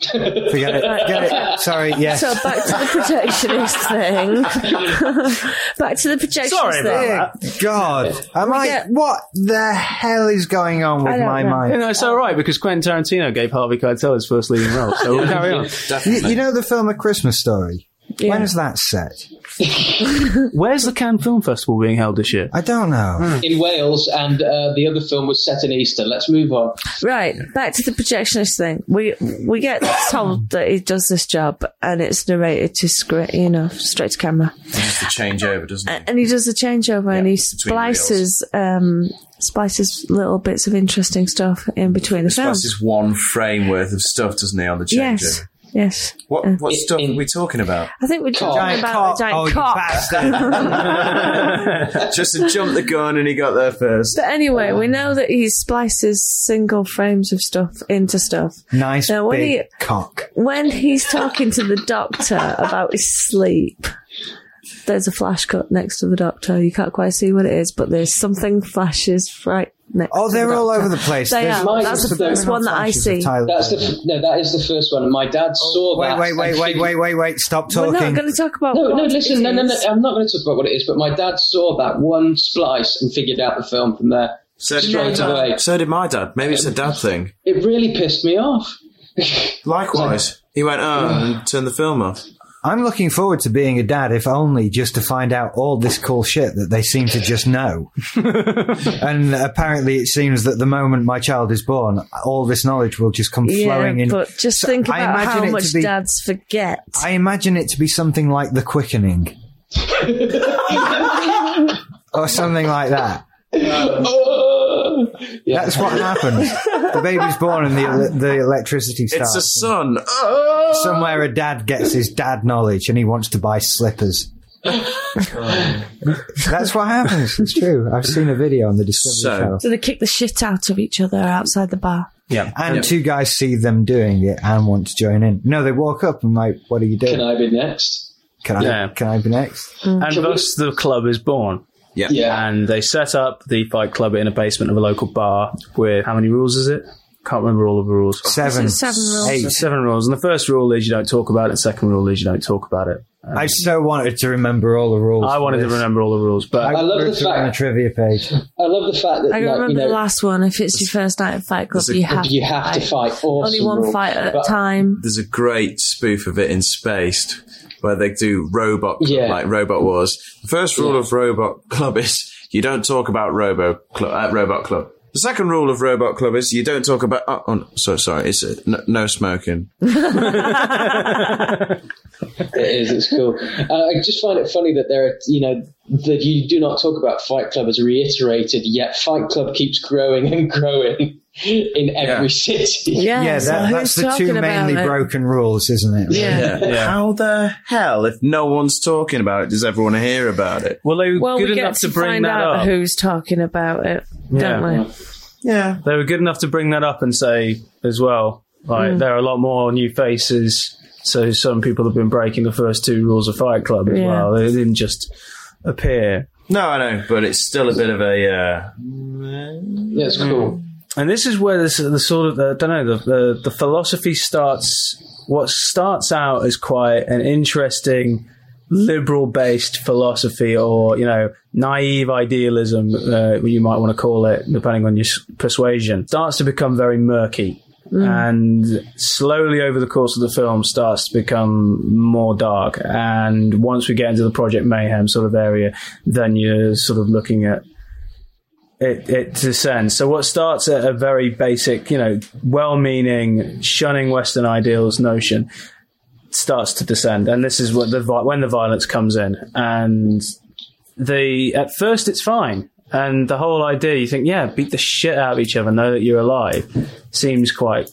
Speaker 6: it, forget it. Forget it. Sorry, yes.
Speaker 5: so back to the projectionist thing. back to the projectionist
Speaker 2: Sorry about
Speaker 5: thing.
Speaker 6: Dear God. Am I.
Speaker 5: get-
Speaker 6: What the hell is going on with
Speaker 5: don't
Speaker 6: my
Speaker 5: know.
Speaker 6: mind?
Speaker 2: you know it's alright because Quentin Tarantino gave Harvey Keitel his first leading role so we'll carry on
Speaker 6: You,
Speaker 3: Definitely.
Speaker 6: you know the film A Christmas Story?
Speaker 5: Yeah.
Speaker 6: When is that set?
Speaker 2: Where's the Cannes Film Festival being held this year?
Speaker 6: I don't know.
Speaker 4: in Wales, and uh, the other film was set in Easter. Let's move on.
Speaker 5: Right, back to the projectionist thing. We we get told that he does this job, and it's narrated to script, you know, straight to camera,
Speaker 3: needs to change over, doesn't it?
Speaker 5: and, and he does a changeover, and he
Speaker 3: between reels.
Speaker 5: splices um splices little bits of interesting stuff in between the
Speaker 3: That's
Speaker 5: films.
Speaker 3: just one frame worth of stuff, doesn't he, on the changeover?
Speaker 5: Yes, yes.
Speaker 3: What what
Speaker 4: It-
Speaker 3: stuff
Speaker 4: in-
Speaker 3: are we talking about?
Speaker 5: I think we're talking
Speaker 4: Giant
Speaker 5: about the
Speaker 6: Oh,
Speaker 5: giant cock.
Speaker 3: Just to jump the gun, and he got there first.
Speaker 5: But anyway, we know that he splices single frames of stuff into stuff.
Speaker 6: Nice
Speaker 5: Now, when
Speaker 6: big
Speaker 5: he-
Speaker 6: cock.
Speaker 5: When he's talking to the doctor about his sleep, there's a flash cut next to the doctor. You can't quite see what it is, but there's something flashes right next.
Speaker 6: Oh,
Speaker 5: to the
Speaker 6: they're all
Speaker 5: doctor.
Speaker 6: over the place.
Speaker 5: They
Speaker 6: There's
Speaker 5: are.
Speaker 6: lots
Speaker 4: That's
Speaker 6: of
Speaker 4: the first
Speaker 6: subliminal
Speaker 5: one that I
Speaker 6: flashes of
Speaker 5: see.
Speaker 6: Tyler
Speaker 4: That's the
Speaker 6: Perry.
Speaker 4: f- no. That is the first one. My dad saw
Speaker 6: Oh, Wait,
Speaker 4: that.
Speaker 6: wait, wait,
Speaker 4: and
Speaker 6: wait,
Speaker 4: figured-
Speaker 6: wait, wait, wait. Stop
Speaker 5: We're
Speaker 6: talking.
Speaker 5: not going to talk about.
Speaker 4: No,
Speaker 5: what
Speaker 4: no,
Speaker 5: it
Speaker 4: listen, no, no, no. Oh,
Speaker 5: is.
Speaker 4: I'm not going to talk about what it is, but my dad saw that one splice and figured out the film from there.
Speaker 3: So did, my
Speaker 4: Straight away.
Speaker 3: dad. so did my dad. Maybe it's a dad thing.
Speaker 4: It really pissed me off.
Speaker 3: Likewise, he went oh and turned the film off.
Speaker 6: I'm looking forward to being a dad, if only just to find out all this cool shit that they seem to just know. and apparently, it seems that the moment my child is born, all this knowledge will just come flowing
Speaker 5: Yeah,
Speaker 6: in.
Speaker 5: but just
Speaker 6: So
Speaker 5: think
Speaker 6: I
Speaker 5: about
Speaker 6: imagine it
Speaker 5: how
Speaker 6: to
Speaker 5: much
Speaker 6: be-
Speaker 5: dads forget.
Speaker 6: I imagine it to be something like The Quickening. or something like that.
Speaker 4: Oh! Yeah.
Speaker 6: That's what happens. The baby's born and the, the electricity starts.
Speaker 3: It's a son. Oh!
Speaker 6: Somewhere a dad gets his dad knowledge and he wants to buy slippers. That's what happens. It's true. I've seen a video on the Discovery
Speaker 3: So-
Speaker 6: Channel.
Speaker 5: So they kick the shit out of each other outside the bar.
Speaker 6: And two guys see them doing it and want to join in. No, they walk up and like, what are you
Speaker 4: Can
Speaker 6: doing?
Speaker 4: I be next?
Speaker 6: Can I,
Speaker 2: Yeah.
Speaker 6: can I be next?
Speaker 2: And thus the club is born.
Speaker 4: Yeah.
Speaker 2: And they set up the fight club in a basement of a local bar with how many rules is it? Can't remember all of the rules.
Speaker 6: Seven.
Speaker 5: seven rules.
Speaker 6: Eight.
Speaker 2: Seven rules. And the first rule is you don't talk about it. Second rule is you don't talk about it.
Speaker 6: I so wanted to remember all the rules.
Speaker 2: I
Speaker 6: for
Speaker 2: wanted to
Speaker 6: this.
Speaker 2: remember all the rules, but
Speaker 6: I,
Speaker 4: I love the
Speaker 6: wrote it on
Speaker 4: fact-
Speaker 6: a trivia page.
Speaker 4: I love the fact that
Speaker 5: I
Speaker 4: like,
Speaker 5: remember
Speaker 4: you know,
Speaker 5: the last one. If it's your first night at Fight Club, you have
Speaker 4: you have to fight. Awesome
Speaker 5: Only one
Speaker 4: rule.
Speaker 5: fight at a
Speaker 4: But-
Speaker 5: time.
Speaker 3: There's a great spoof of it in Spaced where they do robot
Speaker 4: Yeah.
Speaker 3: like Robot Wars. The first rule of Robot Club is you don't talk about Robo Club at Robot Club. The second rule of Robot Club is you don't talk about. Oh, oh so sorry. It's uh, no, no smoking.
Speaker 4: It is. It's cool. And I just find it funny that there are, you know, that you do not talk about Fight Club as reiterated, yet Fight Club keeps growing and growing in
Speaker 3: Yeah.
Speaker 4: every city.
Speaker 5: Yeah,
Speaker 6: Yeah,
Speaker 5: so
Speaker 6: that,
Speaker 5: who's
Speaker 6: that's the
Speaker 5: talking
Speaker 6: two
Speaker 5: about
Speaker 6: mainly
Speaker 5: it?
Speaker 6: broken rules, isn't it?
Speaker 5: Yeah.
Speaker 3: How the hell, if no one's talking about it, does everyone hear about it?
Speaker 2: well, they were
Speaker 5: Well,
Speaker 2: good
Speaker 5: we get
Speaker 2: enough
Speaker 5: to,
Speaker 2: to bring
Speaker 5: find
Speaker 2: that
Speaker 5: out
Speaker 2: up.
Speaker 5: who's talking about it, don't we?
Speaker 3: Yeah.
Speaker 2: They were good enough to bring that up and say as well, like there are a lot more new faces. So some people have been breaking the first two rules of Fight Club as
Speaker 5: Yeah.
Speaker 2: well. They didn't just appear.
Speaker 3: No, I know, but it's still a bit of a. Uh,
Speaker 4: Yeah, it's
Speaker 3: Mm.
Speaker 4: cool.
Speaker 2: And this is where this, the sort of, I don't know, the, the, the philosophy starts, what starts out as quite an interesting liberal based philosophy or, you know, naive idealism, uh, you might want to call it, depending on your s- persuasion, starts to become very murky. And slowly over the course of the film starts to become more dark. And once we get into the Project Mayhem sort of area, then you're sort of looking at it, it descends. So what starts at a very basic, you know, well-meaning, shunning Western ideals notion starts to descend, and this is what the vi- when the violence comes in, and the at first it's fine, and the whole idea you think, yeah, beat the shit out of each other, know that you're alive, seems quite.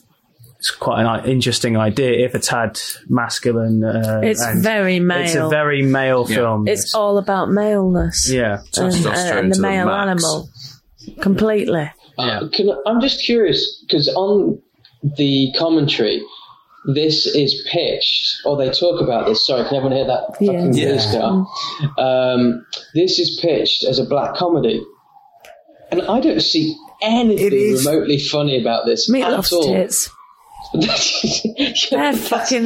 Speaker 2: It's quite an i- interesting idea if it's had masculine. Uh,
Speaker 5: It's
Speaker 2: and-
Speaker 5: very male.
Speaker 2: It's
Speaker 5: It's,
Speaker 2: a very male film. this.
Speaker 5: all about maleness.
Speaker 2: yeah.
Speaker 5: And, and, and
Speaker 3: Testosterone
Speaker 5: the
Speaker 3: to the
Speaker 5: male
Speaker 3: max.
Speaker 5: animal. Completely.
Speaker 4: Uh, can, I'm just curious because on the commentary, this is pitched, or they talk about this. Sorry, can everyone hear that?
Speaker 5: Yeah.
Speaker 4: fucking
Speaker 3: Yeah.
Speaker 4: police car? Um, this is pitched as a black comedy, and I don't see
Speaker 6: It
Speaker 4: anything
Speaker 6: is-
Speaker 4: remotely funny about this at
Speaker 5: Meatloaf's
Speaker 4: all.
Speaker 5: tits.
Speaker 4: yeah,
Speaker 5: They're fucking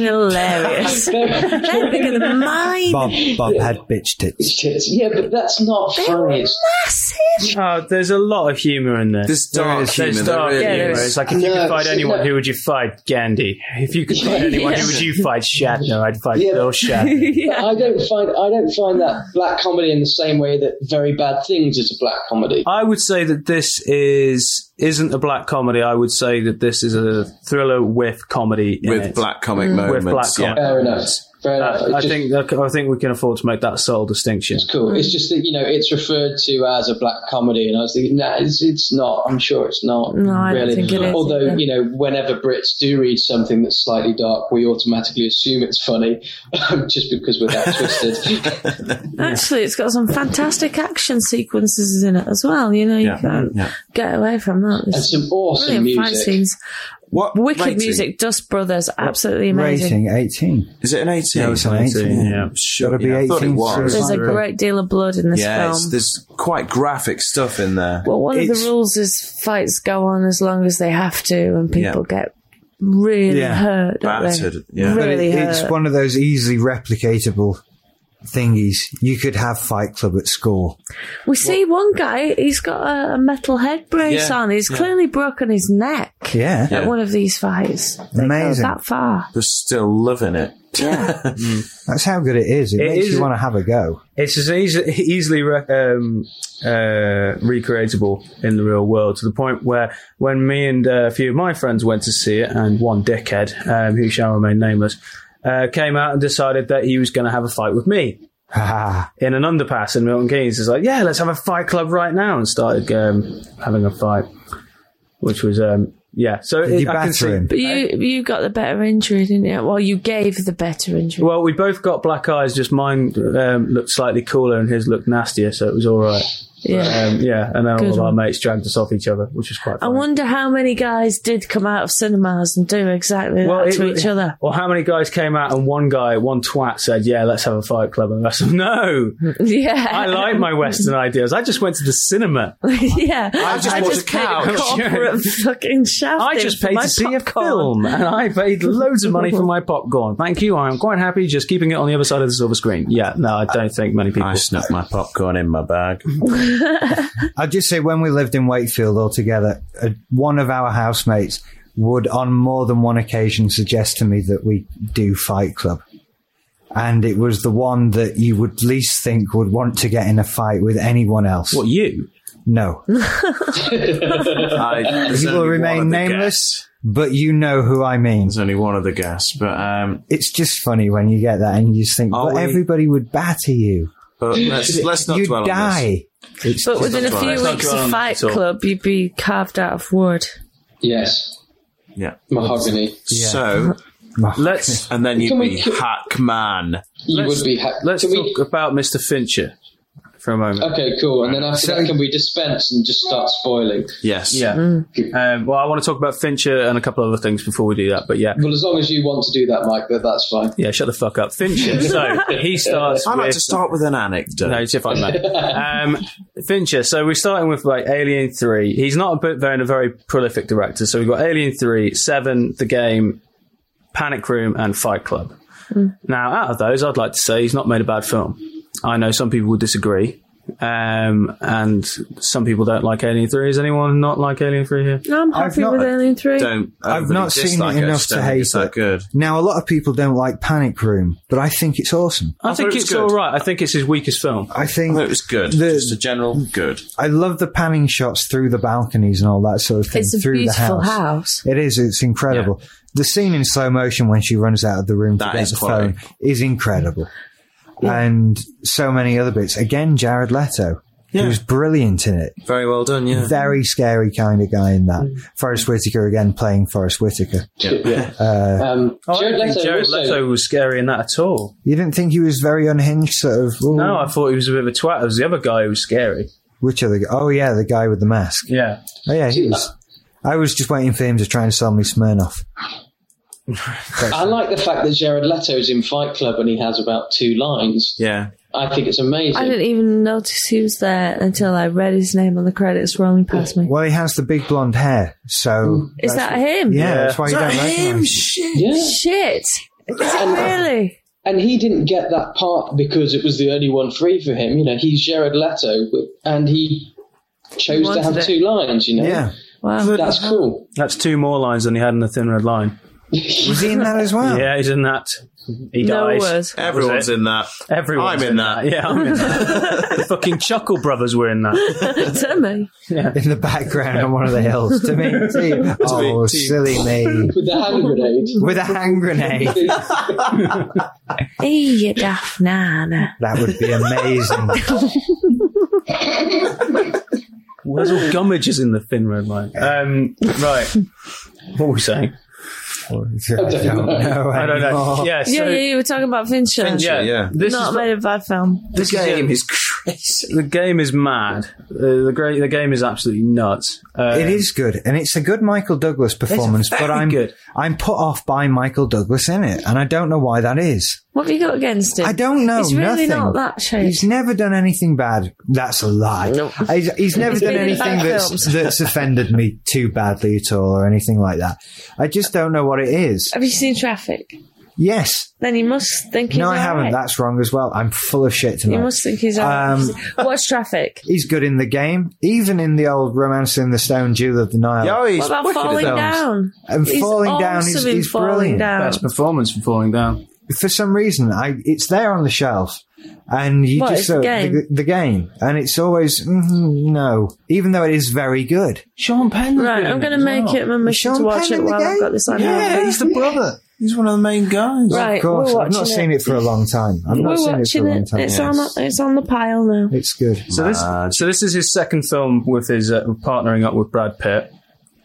Speaker 5: hilarious. They're bigger than mine.
Speaker 6: Bob, Bob had bitch tits.
Speaker 4: tits. Yeah, but that's not funny. It's,
Speaker 5: Massive.
Speaker 2: Oh, there's a lot of humour in there.
Speaker 3: There's dark
Speaker 2: is-
Speaker 3: humour,
Speaker 2: There's
Speaker 3: there
Speaker 2: dark
Speaker 3: really
Speaker 5: Yeah, there
Speaker 2: humour.
Speaker 5: is.
Speaker 2: It's like if you
Speaker 4: No,
Speaker 2: could fight
Speaker 4: see,
Speaker 2: anyone,
Speaker 4: no.
Speaker 2: who would you fight? Gandhi. If you could fight anyone, who would you fight? Shatner. I'd fight
Speaker 4: Yeah.
Speaker 2: Bill Shatner.
Speaker 5: yeah.
Speaker 4: I don't find I don't find that black comedy in the same way that Very Bad Things is a black comedy.
Speaker 2: I would say that this is isn't a black comedy. I would say that this is a thriller with comedy in
Speaker 3: with
Speaker 2: it.
Speaker 3: black comic
Speaker 2: With
Speaker 3: moments.
Speaker 2: black
Speaker 3: yeah.
Speaker 2: comic.
Speaker 4: Fair enough. Fair enough.
Speaker 2: Uh,
Speaker 4: It's
Speaker 2: I
Speaker 4: just-
Speaker 2: think I think we can afford to make that subtle distinction.
Speaker 4: it's cool. It's just that you know it's referred to as a black comedy, and I was thinking, nah, it's, it's not. I'm sure it's not.
Speaker 5: No, I don't
Speaker 4: really.
Speaker 5: think it is
Speaker 4: Although
Speaker 5: either.
Speaker 4: you know, whenever Brits do read something that's slightly dark, we automatically assume it's funny, um, just because we're that twisted.
Speaker 5: Actually, it's got some fantastic action sequences in it as well. You know, you
Speaker 3: Yeah,
Speaker 5: can't
Speaker 3: yeah.
Speaker 5: get away from that.
Speaker 4: and
Speaker 5: There's
Speaker 4: some awesome
Speaker 5: brilliant fight
Speaker 4: music.
Speaker 5: scenes.
Speaker 3: What
Speaker 5: Wicked
Speaker 3: rating?
Speaker 5: music. Dust Brothers. Absolutely amazing.
Speaker 7: Rating 18.
Speaker 3: Is it an 18?
Speaker 6: Yeah, it's an 18,
Speaker 2: yeah.
Speaker 3: Sure,
Speaker 6: Gotta be
Speaker 3: yeah, I thought it
Speaker 6: 18
Speaker 3: was.
Speaker 6: through.
Speaker 5: There's a
Speaker 6: Sandra.
Speaker 5: great deal of blood in this
Speaker 3: Yeah, it's,
Speaker 5: film.
Speaker 3: there's quite graphic stuff in there.
Speaker 5: well, one of
Speaker 6: it's-
Speaker 5: the rules is fights go on as long as they have to, and
Speaker 3: Yeah.
Speaker 5: people get really
Speaker 6: Yeah.
Speaker 5: hurt. don't they?
Speaker 3: Battered, yeah.
Speaker 6: But
Speaker 5: Really
Speaker 6: it-
Speaker 5: hurt.
Speaker 6: it's one of those easily replicatable thingies. You could have Fight Club at school.
Speaker 5: We see one guy, he's got a, a metal head brace
Speaker 3: Yeah,
Speaker 5: on. He's clearly broken his neck
Speaker 6: Yeah.
Speaker 5: at one of these fights. They go
Speaker 6: Amazing.
Speaker 5: That far.
Speaker 3: They're still loving it.
Speaker 6: That's how good it is. It,
Speaker 2: It
Speaker 6: makes
Speaker 2: is-
Speaker 6: you want to have a go.
Speaker 2: It's as easy, easily re- um, uh, recreatable in the real world to the point where when me and uh, a few of my friends went to see it, and one dickhead, um, who shall remain nameless, uh, came out and decided that he was going to have a fight with me
Speaker 6: Ah,
Speaker 2: in an underpass in Milton Keynes. It's like, yeah, let's have a fight club right now, and started um, having a fight, which was, um, yeah. So
Speaker 6: you
Speaker 2: it, I can
Speaker 6: batter
Speaker 2: see.
Speaker 6: him.
Speaker 5: But you you got the better injury, didn't you? Well, you gave the better injury.
Speaker 2: Well, we both got black eyes. Just mine um, looked slightly cooler, and his looked nastier, so it was all right.
Speaker 5: yeah.
Speaker 2: Um, yeah, and then all
Speaker 5: Good
Speaker 2: of our
Speaker 5: one.
Speaker 2: mates dragged us off each other, which is quite
Speaker 5: I
Speaker 2: funny.
Speaker 5: wonder how many guys did come out of cinemas and do exactly that to
Speaker 2: it-
Speaker 5: each other.
Speaker 2: Well, how many guys came out and one guy, one twat said, "Yeah, let's have a fight club," and the rest of them, "No,
Speaker 5: Yeah.
Speaker 2: I like my Western ideas. I just went to the cinema.
Speaker 5: yeah. I
Speaker 3: just bought a cow.
Speaker 5: paid corporate fucking shaft.
Speaker 2: I just paid to see a film, and I paid loads of money for my popcorn. Thank you. I'm quite happy just keeping it on the other side of the silver screen. Yeah, no, I don't think many people.
Speaker 3: I snuck my popcorn in my bag.
Speaker 6: I'd just say when we lived in Wakefield all together, uh, one of our housemates would on more than one occasion suggest to me that we do Fight Club. And it was the one that you would least think would want to get in a fight with anyone else.
Speaker 2: What you?
Speaker 6: No.
Speaker 3: I, there's
Speaker 6: He will
Speaker 3: only one
Speaker 6: remain
Speaker 3: of the
Speaker 6: nameless.
Speaker 3: guests.
Speaker 6: But you know who I mean.
Speaker 3: There's only one of the guests, but um,
Speaker 6: It's just funny when you get that and you just think,
Speaker 3: Are
Speaker 6: but
Speaker 3: we-
Speaker 6: everybody would batter you.
Speaker 3: but let's let's not
Speaker 6: You'd
Speaker 3: dwell on this.
Speaker 6: die. It's
Speaker 5: But within a
Speaker 3: not
Speaker 5: few
Speaker 3: right.
Speaker 5: weeks
Speaker 2: It's not
Speaker 5: of
Speaker 2: right
Speaker 5: Fight
Speaker 2: at all.
Speaker 5: Club, you'd be carved out of wood.
Speaker 4: Yes,
Speaker 3: Yeah.
Speaker 4: mahogany.
Speaker 3: So
Speaker 2: Let's
Speaker 3: and then you'd
Speaker 4: Can we-
Speaker 3: be hack man.
Speaker 4: You
Speaker 2: Let's-
Speaker 4: would be. Ha-
Speaker 2: let's
Speaker 4: can we-
Speaker 2: talk about Mr. Fincher for a
Speaker 5: Mm.
Speaker 2: moment.
Speaker 4: Okay, cool. And then after that, can we dispense and just start spoiling?
Speaker 3: Yes.
Speaker 2: Yeah. Um, well, I want to talk about Fincher and a couple other things before we do that. But yeah,
Speaker 4: Well, as long as you want to do that, Mike, that that's fine.
Speaker 2: yeah, shut the fuck up, Fincher. So he starts.
Speaker 3: I like
Speaker 2: with,
Speaker 3: to start with an anecdote.
Speaker 2: No, it's if I may. Um, Fincher. So we're starting with like Alien Three. He's not a bit very, a very prolific director. So we've got Alien Three, Seven, The Game, Panic Room, and Fight Club. Now, out of those, I'd like to say he's not made a bad film. I know some people will disagree. Um, and some people don't like Alien Three. Is anyone not like Alien Three here?
Speaker 5: No, I'm
Speaker 6: I've
Speaker 5: happy
Speaker 6: not-
Speaker 5: with Alien 3.
Speaker 3: Don't
Speaker 6: I've
Speaker 3: overly
Speaker 6: not seen
Speaker 3: dislike
Speaker 6: it enough
Speaker 3: just
Speaker 6: to
Speaker 3: don't think
Speaker 6: hate
Speaker 3: it's that
Speaker 6: it.
Speaker 3: good.
Speaker 6: Now, a lot of people don't like Panic Room, but I think it's awesome.
Speaker 2: I, think
Speaker 3: thought it was
Speaker 2: it's
Speaker 3: good.
Speaker 2: all right. I think it's his weakest film.
Speaker 6: I
Speaker 3: Oh, I
Speaker 6: think
Speaker 3: thought it was good.
Speaker 6: The-
Speaker 3: just a general good.
Speaker 6: I love the panning shots through the balconies and all that sort of thing.
Speaker 5: It's a
Speaker 6: through
Speaker 5: beautiful
Speaker 6: the house.
Speaker 5: house.
Speaker 6: It is. It's incredible. The scene in slow motion when she runs out of the room
Speaker 3: That
Speaker 6: to get
Speaker 3: is
Speaker 6: the
Speaker 3: quality.
Speaker 6: phone is incredible. And so many other bits. Again, Jared Leto, who's brilliant in it.
Speaker 3: Very well done. Yeah.
Speaker 6: Very scary kind of guy in that. Forrest Whitaker again playing Forrest Whitaker.
Speaker 2: Oh,
Speaker 4: Um,
Speaker 2: I
Speaker 4: Jared
Speaker 2: don't think
Speaker 4: Leto.
Speaker 2: Jared
Speaker 4: also-
Speaker 2: Leto was scary in that at all.
Speaker 6: You didn't think he was very unhinged, sort of? ooh,
Speaker 2: No, I thought he was a bit of a twat. It was the other guy who was scary.
Speaker 6: Which other? guy? Oh yeah, the guy with the mask.
Speaker 2: Yeah.
Speaker 6: Oh yeah, he was. I was just waiting for him to try and sell me Smirnoff.
Speaker 4: I like the fact that Jared Leto's in Fight Club and he has about two lines.
Speaker 3: Yeah.
Speaker 4: I think it's amazing.
Speaker 5: I didn't even notice he was there until I read his name on the credits rolling past me.
Speaker 6: Well, he has the big blonde hair, so
Speaker 5: Is that him?
Speaker 6: yeah, that's why you don't recognise. him.
Speaker 4: yeah.
Speaker 5: Shit. Is it really?
Speaker 4: And he didn't get that part because it was the only one free for him. You know, he's Jared Leto, and he chose to
Speaker 5: wanted
Speaker 4: have
Speaker 5: it.
Speaker 4: two lines, you know?
Speaker 6: Yeah.
Speaker 5: Wow.
Speaker 4: That's cool.
Speaker 2: That's two more lines than he had in the Thin Red Line.
Speaker 6: Was he in that as well?
Speaker 2: Yeah, he's in that. He
Speaker 5: No
Speaker 2: dies.
Speaker 5: words.
Speaker 3: Everyone's
Speaker 2: it?
Speaker 3: in that.
Speaker 2: Everyone's
Speaker 3: I'm in that.
Speaker 2: Yeah, I'm in that. the fucking Chuckle Brothers were in that.
Speaker 5: to me.
Speaker 6: In the background on one of the hills. To me, too. Oh,
Speaker 3: too.
Speaker 6: silly me.
Speaker 4: With the hand grenade.
Speaker 6: With a hand grenade.
Speaker 5: Hey, you daft nana.
Speaker 6: That would be amazing.
Speaker 2: Wurzel Gummidge is in the Thin Red Line. Um, right. What were we saying? Oh.
Speaker 6: I don't know.
Speaker 2: I don't know.
Speaker 6: anymore.
Speaker 2: Yeah, so,
Speaker 5: yeah, yeah, you were talking about Fincher.
Speaker 3: Yeah, yeah.
Speaker 2: This
Speaker 5: Not
Speaker 2: is
Speaker 5: made a bad film.
Speaker 3: This game is
Speaker 2: the game is mad. Uh, the great the game is absolutely nuts. Uh,
Speaker 6: It is good, and it's a good Michael Douglas performance.
Speaker 2: very
Speaker 6: But I'm
Speaker 2: good.
Speaker 6: I'm put off by Michael Douglas in it, and I don't know why that is.
Speaker 5: What have you got against it?
Speaker 6: I don't know.
Speaker 5: It's really
Speaker 6: Oh, nothing.
Speaker 5: not that shade.
Speaker 6: He's never done anything bad. That's a lie. He's, he's never
Speaker 5: He's
Speaker 6: done
Speaker 5: been in
Speaker 6: anything
Speaker 5: bad
Speaker 6: that's,
Speaker 5: films.
Speaker 6: that's offended me too badly at all, or anything like that. I just don't know what it is.
Speaker 5: Have you seen Traffic?
Speaker 6: Yes.
Speaker 5: Then you must think he's
Speaker 6: No, I haven't.
Speaker 5: alright.
Speaker 6: That's wrong as well. I'm full of shit tonight.
Speaker 5: You must think he's alright.
Speaker 6: Um,
Speaker 5: What's Traffic?
Speaker 6: He's good in the game, even in the old Romance in the Stone, Jewel of the Nile.
Speaker 3: Oh, he's
Speaker 5: What about
Speaker 3: wicked at
Speaker 5: Falling
Speaker 3: those.
Speaker 5: Down?
Speaker 6: And
Speaker 5: He's
Speaker 6: Falling Down
Speaker 5: awesome
Speaker 6: is-
Speaker 5: in
Speaker 6: is
Speaker 5: Falling
Speaker 6: brilliant.
Speaker 5: Down.
Speaker 2: best performance from falling down.
Speaker 6: for some reason, I it's there on the shelf, and you
Speaker 5: What,
Speaker 6: just
Speaker 5: it's the
Speaker 6: sort of-
Speaker 5: game?
Speaker 6: The, the game, and it's always mm, no, even though it is very good.
Speaker 2: Sean Penn.
Speaker 5: Right, I'm going to make it my mission
Speaker 6: Sean
Speaker 5: to watch
Speaker 6: Penn
Speaker 5: it
Speaker 6: in the
Speaker 5: while I've
Speaker 6: game?
Speaker 5: got this on.
Speaker 3: Yeah, he's the brother. He's one of the main guys.
Speaker 5: Right,
Speaker 6: Of course,
Speaker 5: we're watching
Speaker 6: I've not
Speaker 5: it.
Speaker 6: seen it for a long time. I've
Speaker 5: We're
Speaker 6: not seen it for
Speaker 5: watching
Speaker 6: a long
Speaker 5: it.
Speaker 6: time.
Speaker 5: It's
Speaker 6: yes.
Speaker 5: on. It's on the pile now.
Speaker 6: It's good.
Speaker 2: So this, so this is his second film with his uh, partnering up with Brad Pitt,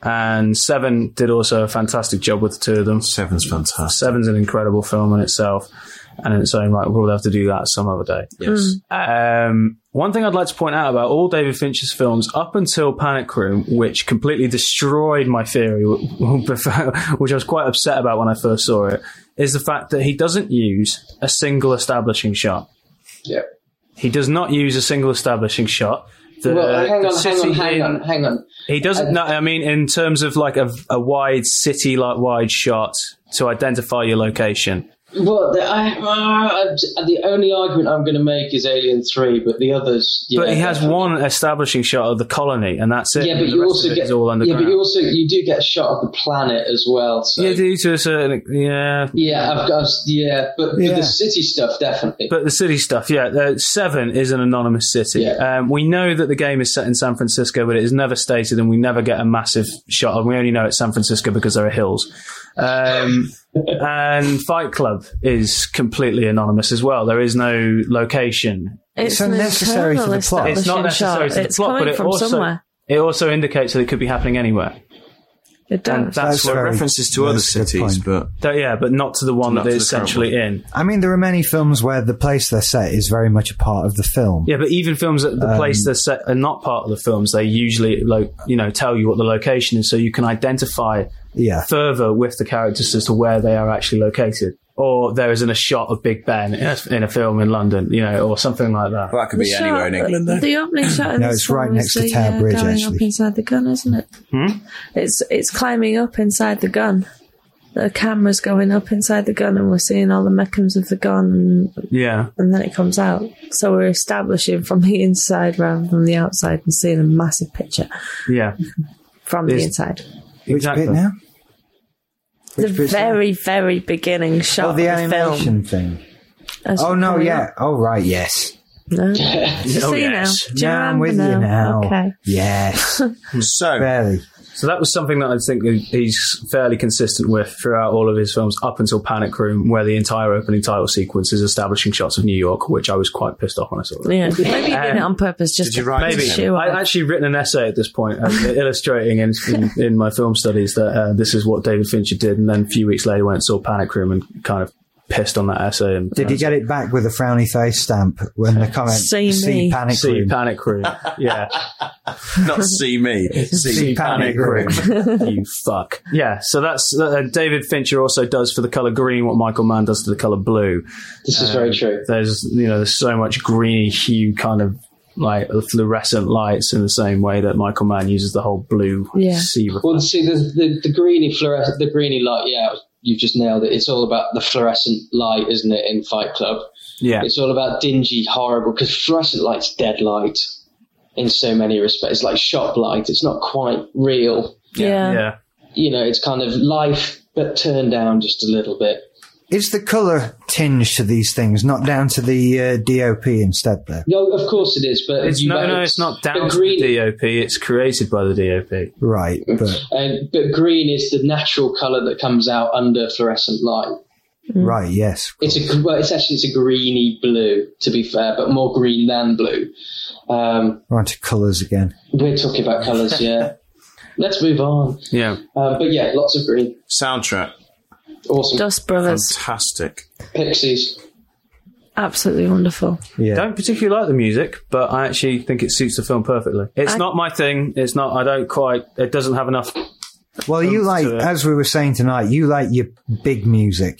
Speaker 2: and Seven did also a fantastic job with the two of them.
Speaker 3: Seven's fantastic.
Speaker 2: Seven's an incredible film in itself, and in its own right, we'll have to do that some other day.
Speaker 3: Yes.
Speaker 2: Um, one thing I'd like to point out about all David Fincher's films up until Panic Room, which completely destroyed my theory, which I was quite upset about when I first saw it, is the fact that he doesn't use a single establishing shot.
Speaker 4: yeah.
Speaker 2: He does not use a single establishing shot. The- Uh,
Speaker 4: Well, hang
Speaker 2: the
Speaker 4: on, hang on,
Speaker 2: city
Speaker 4: hang
Speaker 2: in-
Speaker 4: on, hang on.
Speaker 2: He doesn't. No, I mean, in terms of like a, a wide city, like wide shot to identify your location.
Speaker 4: Well, the, I, uh, the only argument I'm going to make is Alien Three, but the others. Yeah,
Speaker 2: But he has
Speaker 4: definitely.
Speaker 2: one establishing shot of the colony, and that's it.
Speaker 4: Yeah,
Speaker 2: And
Speaker 4: but
Speaker 2: the
Speaker 4: you
Speaker 2: rest
Speaker 4: also
Speaker 2: of it
Speaker 4: get
Speaker 2: is all
Speaker 4: yeah,
Speaker 2: underground.
Speaker 4: but you also you do get a shot of the planet as well. So.
Speaker 2: Yeah, due to a certain yeah.
Speaker 4: Yeah, I've got, yeah, but, but
Speaker 6: Yeah.
Speaker 4: the city stuff definitely.
Speaker 2: But the city stuff, yeah. Uh, Seven is an anonymous city.
Speaker 4: Yeah.
Speaker 2: Um, we know that the game is set in San Francisco, but it is never stated, and we never get a massive shot. And we only know it's San Francisco because there are hills. Um, and Fight Club is completely anonymous as well. There is no location.
Speaker 5: It's,
Speaker 6: It's unnecessary to the
Speaker 5: internal
Speaker 6: plot.
Speaker 2: It's not
Speaker 5: establishing
Speaker 2: necessary
Speaker 5: shot.
Speaker 2: to the
Speaker 5: it's
Speaker 2: plot,
Speaker 5: coming
Speaker 2: but it
Speaker 5: from
Speaker 2: also
Speaker 5: somewhere.
Speaker 2: it also indicates that it could be happening anywhere.
Speaker 5: It
Speaker 2: And that's,
Speaker 5: does.
Speaker 6: That's
Speaker 2: what
Speaker 6: very-
Speaker 3: References to other
Speaker 6: That's a good
Speaker 3: cities,
Speaker 6: point.
Speaker 3: but
Speaker 2: that- yeah, but not to the one
Speaker 3: Not
Speaker 2: that they're
Speaker 3: to the current
Speaker 2: essentially in.
Speaker 6: I mean, there are many films where the place they're set is very much a part of the film.
Speaker 2: Yeah, but even films that the
Speaker 6: Um,
Speaker 2: place they're set are not part of the films. They usually, lo- you know, tell you what the location is, so you can identify
Speaker 6: Yeah.
Speaker 2: further with the characters as to where they are actually located. Or there isn't a shot of Big Ben in a, in a film in London, you know, or something like that.
Speaker 3: that could be
Speaker 5: The shot-
Speaker 3: anywhere in England.
Speaker 5: The,
Speaker 3: Though.
Speaker 5: the opening shot. in
Speaker 6: No,
Speaker 5: this
Speaker 6: it's right
Speaker 5: one is
Speaker 6: next to
Speaker 5: the,
Speaker 6: Tower
Speaker 5: uh,
Speaker 6: Bridge,
Speaker 5: Going up
Speaker 6: actually.
Speaker 5: inside the gun, isn't it?
Speaker 6: Hmm?
Speaker 5: It's it's climbing up inside the gun. The camera's going up inside the gun, and we're seeing all the mechanisms of the gun, and,
Speaker 2: Yeah,
Speaker 5: and then it comes out. So we're establishing from the inside rather than the outside, and seeing a massive picture
Speaker 2: yeah,
Speaker 5: from
Speaker 2: Is-
Speaker 5: the inside.
Speaker 6: Which
Speaker 2: exactly.
Speaker 6: bit now?
Speaker 5: The
Speaker 6: bit's that?
Speaker 5: very very beginning shot.
Speaker 6: Oh, the
Speaker 5: of the film.
Speaker 6: animation thing.
Speaker 5: as
Speaker 6: Oh
Speaker 5: we're
Speaker 6: no,
Speaker 5: coming
Speaker 6: yeah.
Speaker 5: up.
Speaker 6: Oh right, yes.
Speaker 5: No.
Speaker 2: Oh,
Speaker 5: See
Speaker 2: yes.
Speaker 5: now. Do you
Speaker 6: now I'm
Speaker 5: remember
Speaker 6: with you
Speaker 5: now?
Speaker 6: now.
Speaker 5: Okay.
Speaker 6: Yes,
Speaker 3: So,
Speaker 6: barely.
Speaker 2: So that was something that I think that he's fairly consistent with throughout all of his films, up until Panic Room, where the entire opening title sequence is establishing shots of New York, which I was quite pissed off when I saw it.
Speaker 5: Yeah. Maybe you
Speaker 6: Um,
Speaker 5: did it on purpose. Just
Speaker 3: did you
Speaker 5: to
Speaker 3: write
Speaker 5: piss
Speaker 3: it?
Speaker 5: you off.
Speaker 2: I'd actually written an essay at this point, um, illustrating in, in, in my film studies that uh, this is what David Fincher did, and then a few weeks later went and saw Panic Room and kind of pissed on that essay and
Speaker 6: Did he get it back with a frowny face stamp when the comment
Speaker 5: See
Speaker 6: "See
Speaker 5: me."
Speaker 6: panic
Speaker 2: see
Speaker 6: room"?
Speaker 2: Panic Room? Yeah,
Speaker 3: not see me, see,
Speaker 6: See
Speaker 3: panic,
Speaker 6: Panic
Speaker 3: room.
Speaker 2: you fuck. Yeah, so that's uh, David Fincher also does for the color green what Michael Mann does to the color blue.
Speaker 4: this is very true.
Speaker 2: there's you know there's so much greeny hue kind of like fluorescent lights in the same way that Michael Mann uses the whole blue
Speaker 5: Yeah.
Speaker 2: sea.
Speaker 4: Well, see the the, the greeny fluorescent, the greeny light. Yeah, you've just nailed it. It's all about the fluorescent light, isn't it? In Fight Club,
Speaker 2: yeah,
Speaker 4: it's all about dingy, horrible because fluorescent light's dead light. in so many respects. Like shop light, it's not quite real.
Speaker 5: yeah.
Speaker 2: yeah.
Speaker 4: You know, it's kind of life but turned down just a little bit.
Speaker 6: Is the colour tinge to these things not down to the uh, DOP instead, Blair?
Speaker 4: No, of course it is, but
Speaker 2: It's
Speaker 4: you
Speaker 2: no,
Speaker 4: know,
Speaker 2: no, it's not down
Speaker 4: but
Speaker 2: to
Speaker 4: green,
Speaker 2: the DOP. It's created by the DOP.
Speaker 6: Right, but
Speaker 4: and- but green is the natural color that comes out under fluorescent light.
Speaker 5: Mm.
Speaker 6: right, yes,
Speaker 4: It's a gr- well, it's actually it's a greeny blue to be fair, but more green than blue. Um,
Speaker 6: we're on to colours again.
Speaker 4: we're talking about colors, yeah. Let's move on.
Speaker 2: Yeah.
Speaker 4: Um, but yeah, lots of green,
Speaker 3: Soundtrack,
Speaker 4: awesome
Speaker 5: Dust Brothers.
Speaker 3: fantastic.
Speaker 4: pixies.
Speaker 5: Absolutely wonderful.
Speaker 6: Yeah,
Speaker 2: Don't particularly like the music, but I actually think it suits the film perfectly. It's
Speaker 5: I-
Speaker 2: not my thing. It's not. I don't quite. It doesn't have enough.
Speaker 6: well, you like
Speaker 2: to it.
Speaker 6: as we were saying tonight, you like your big music.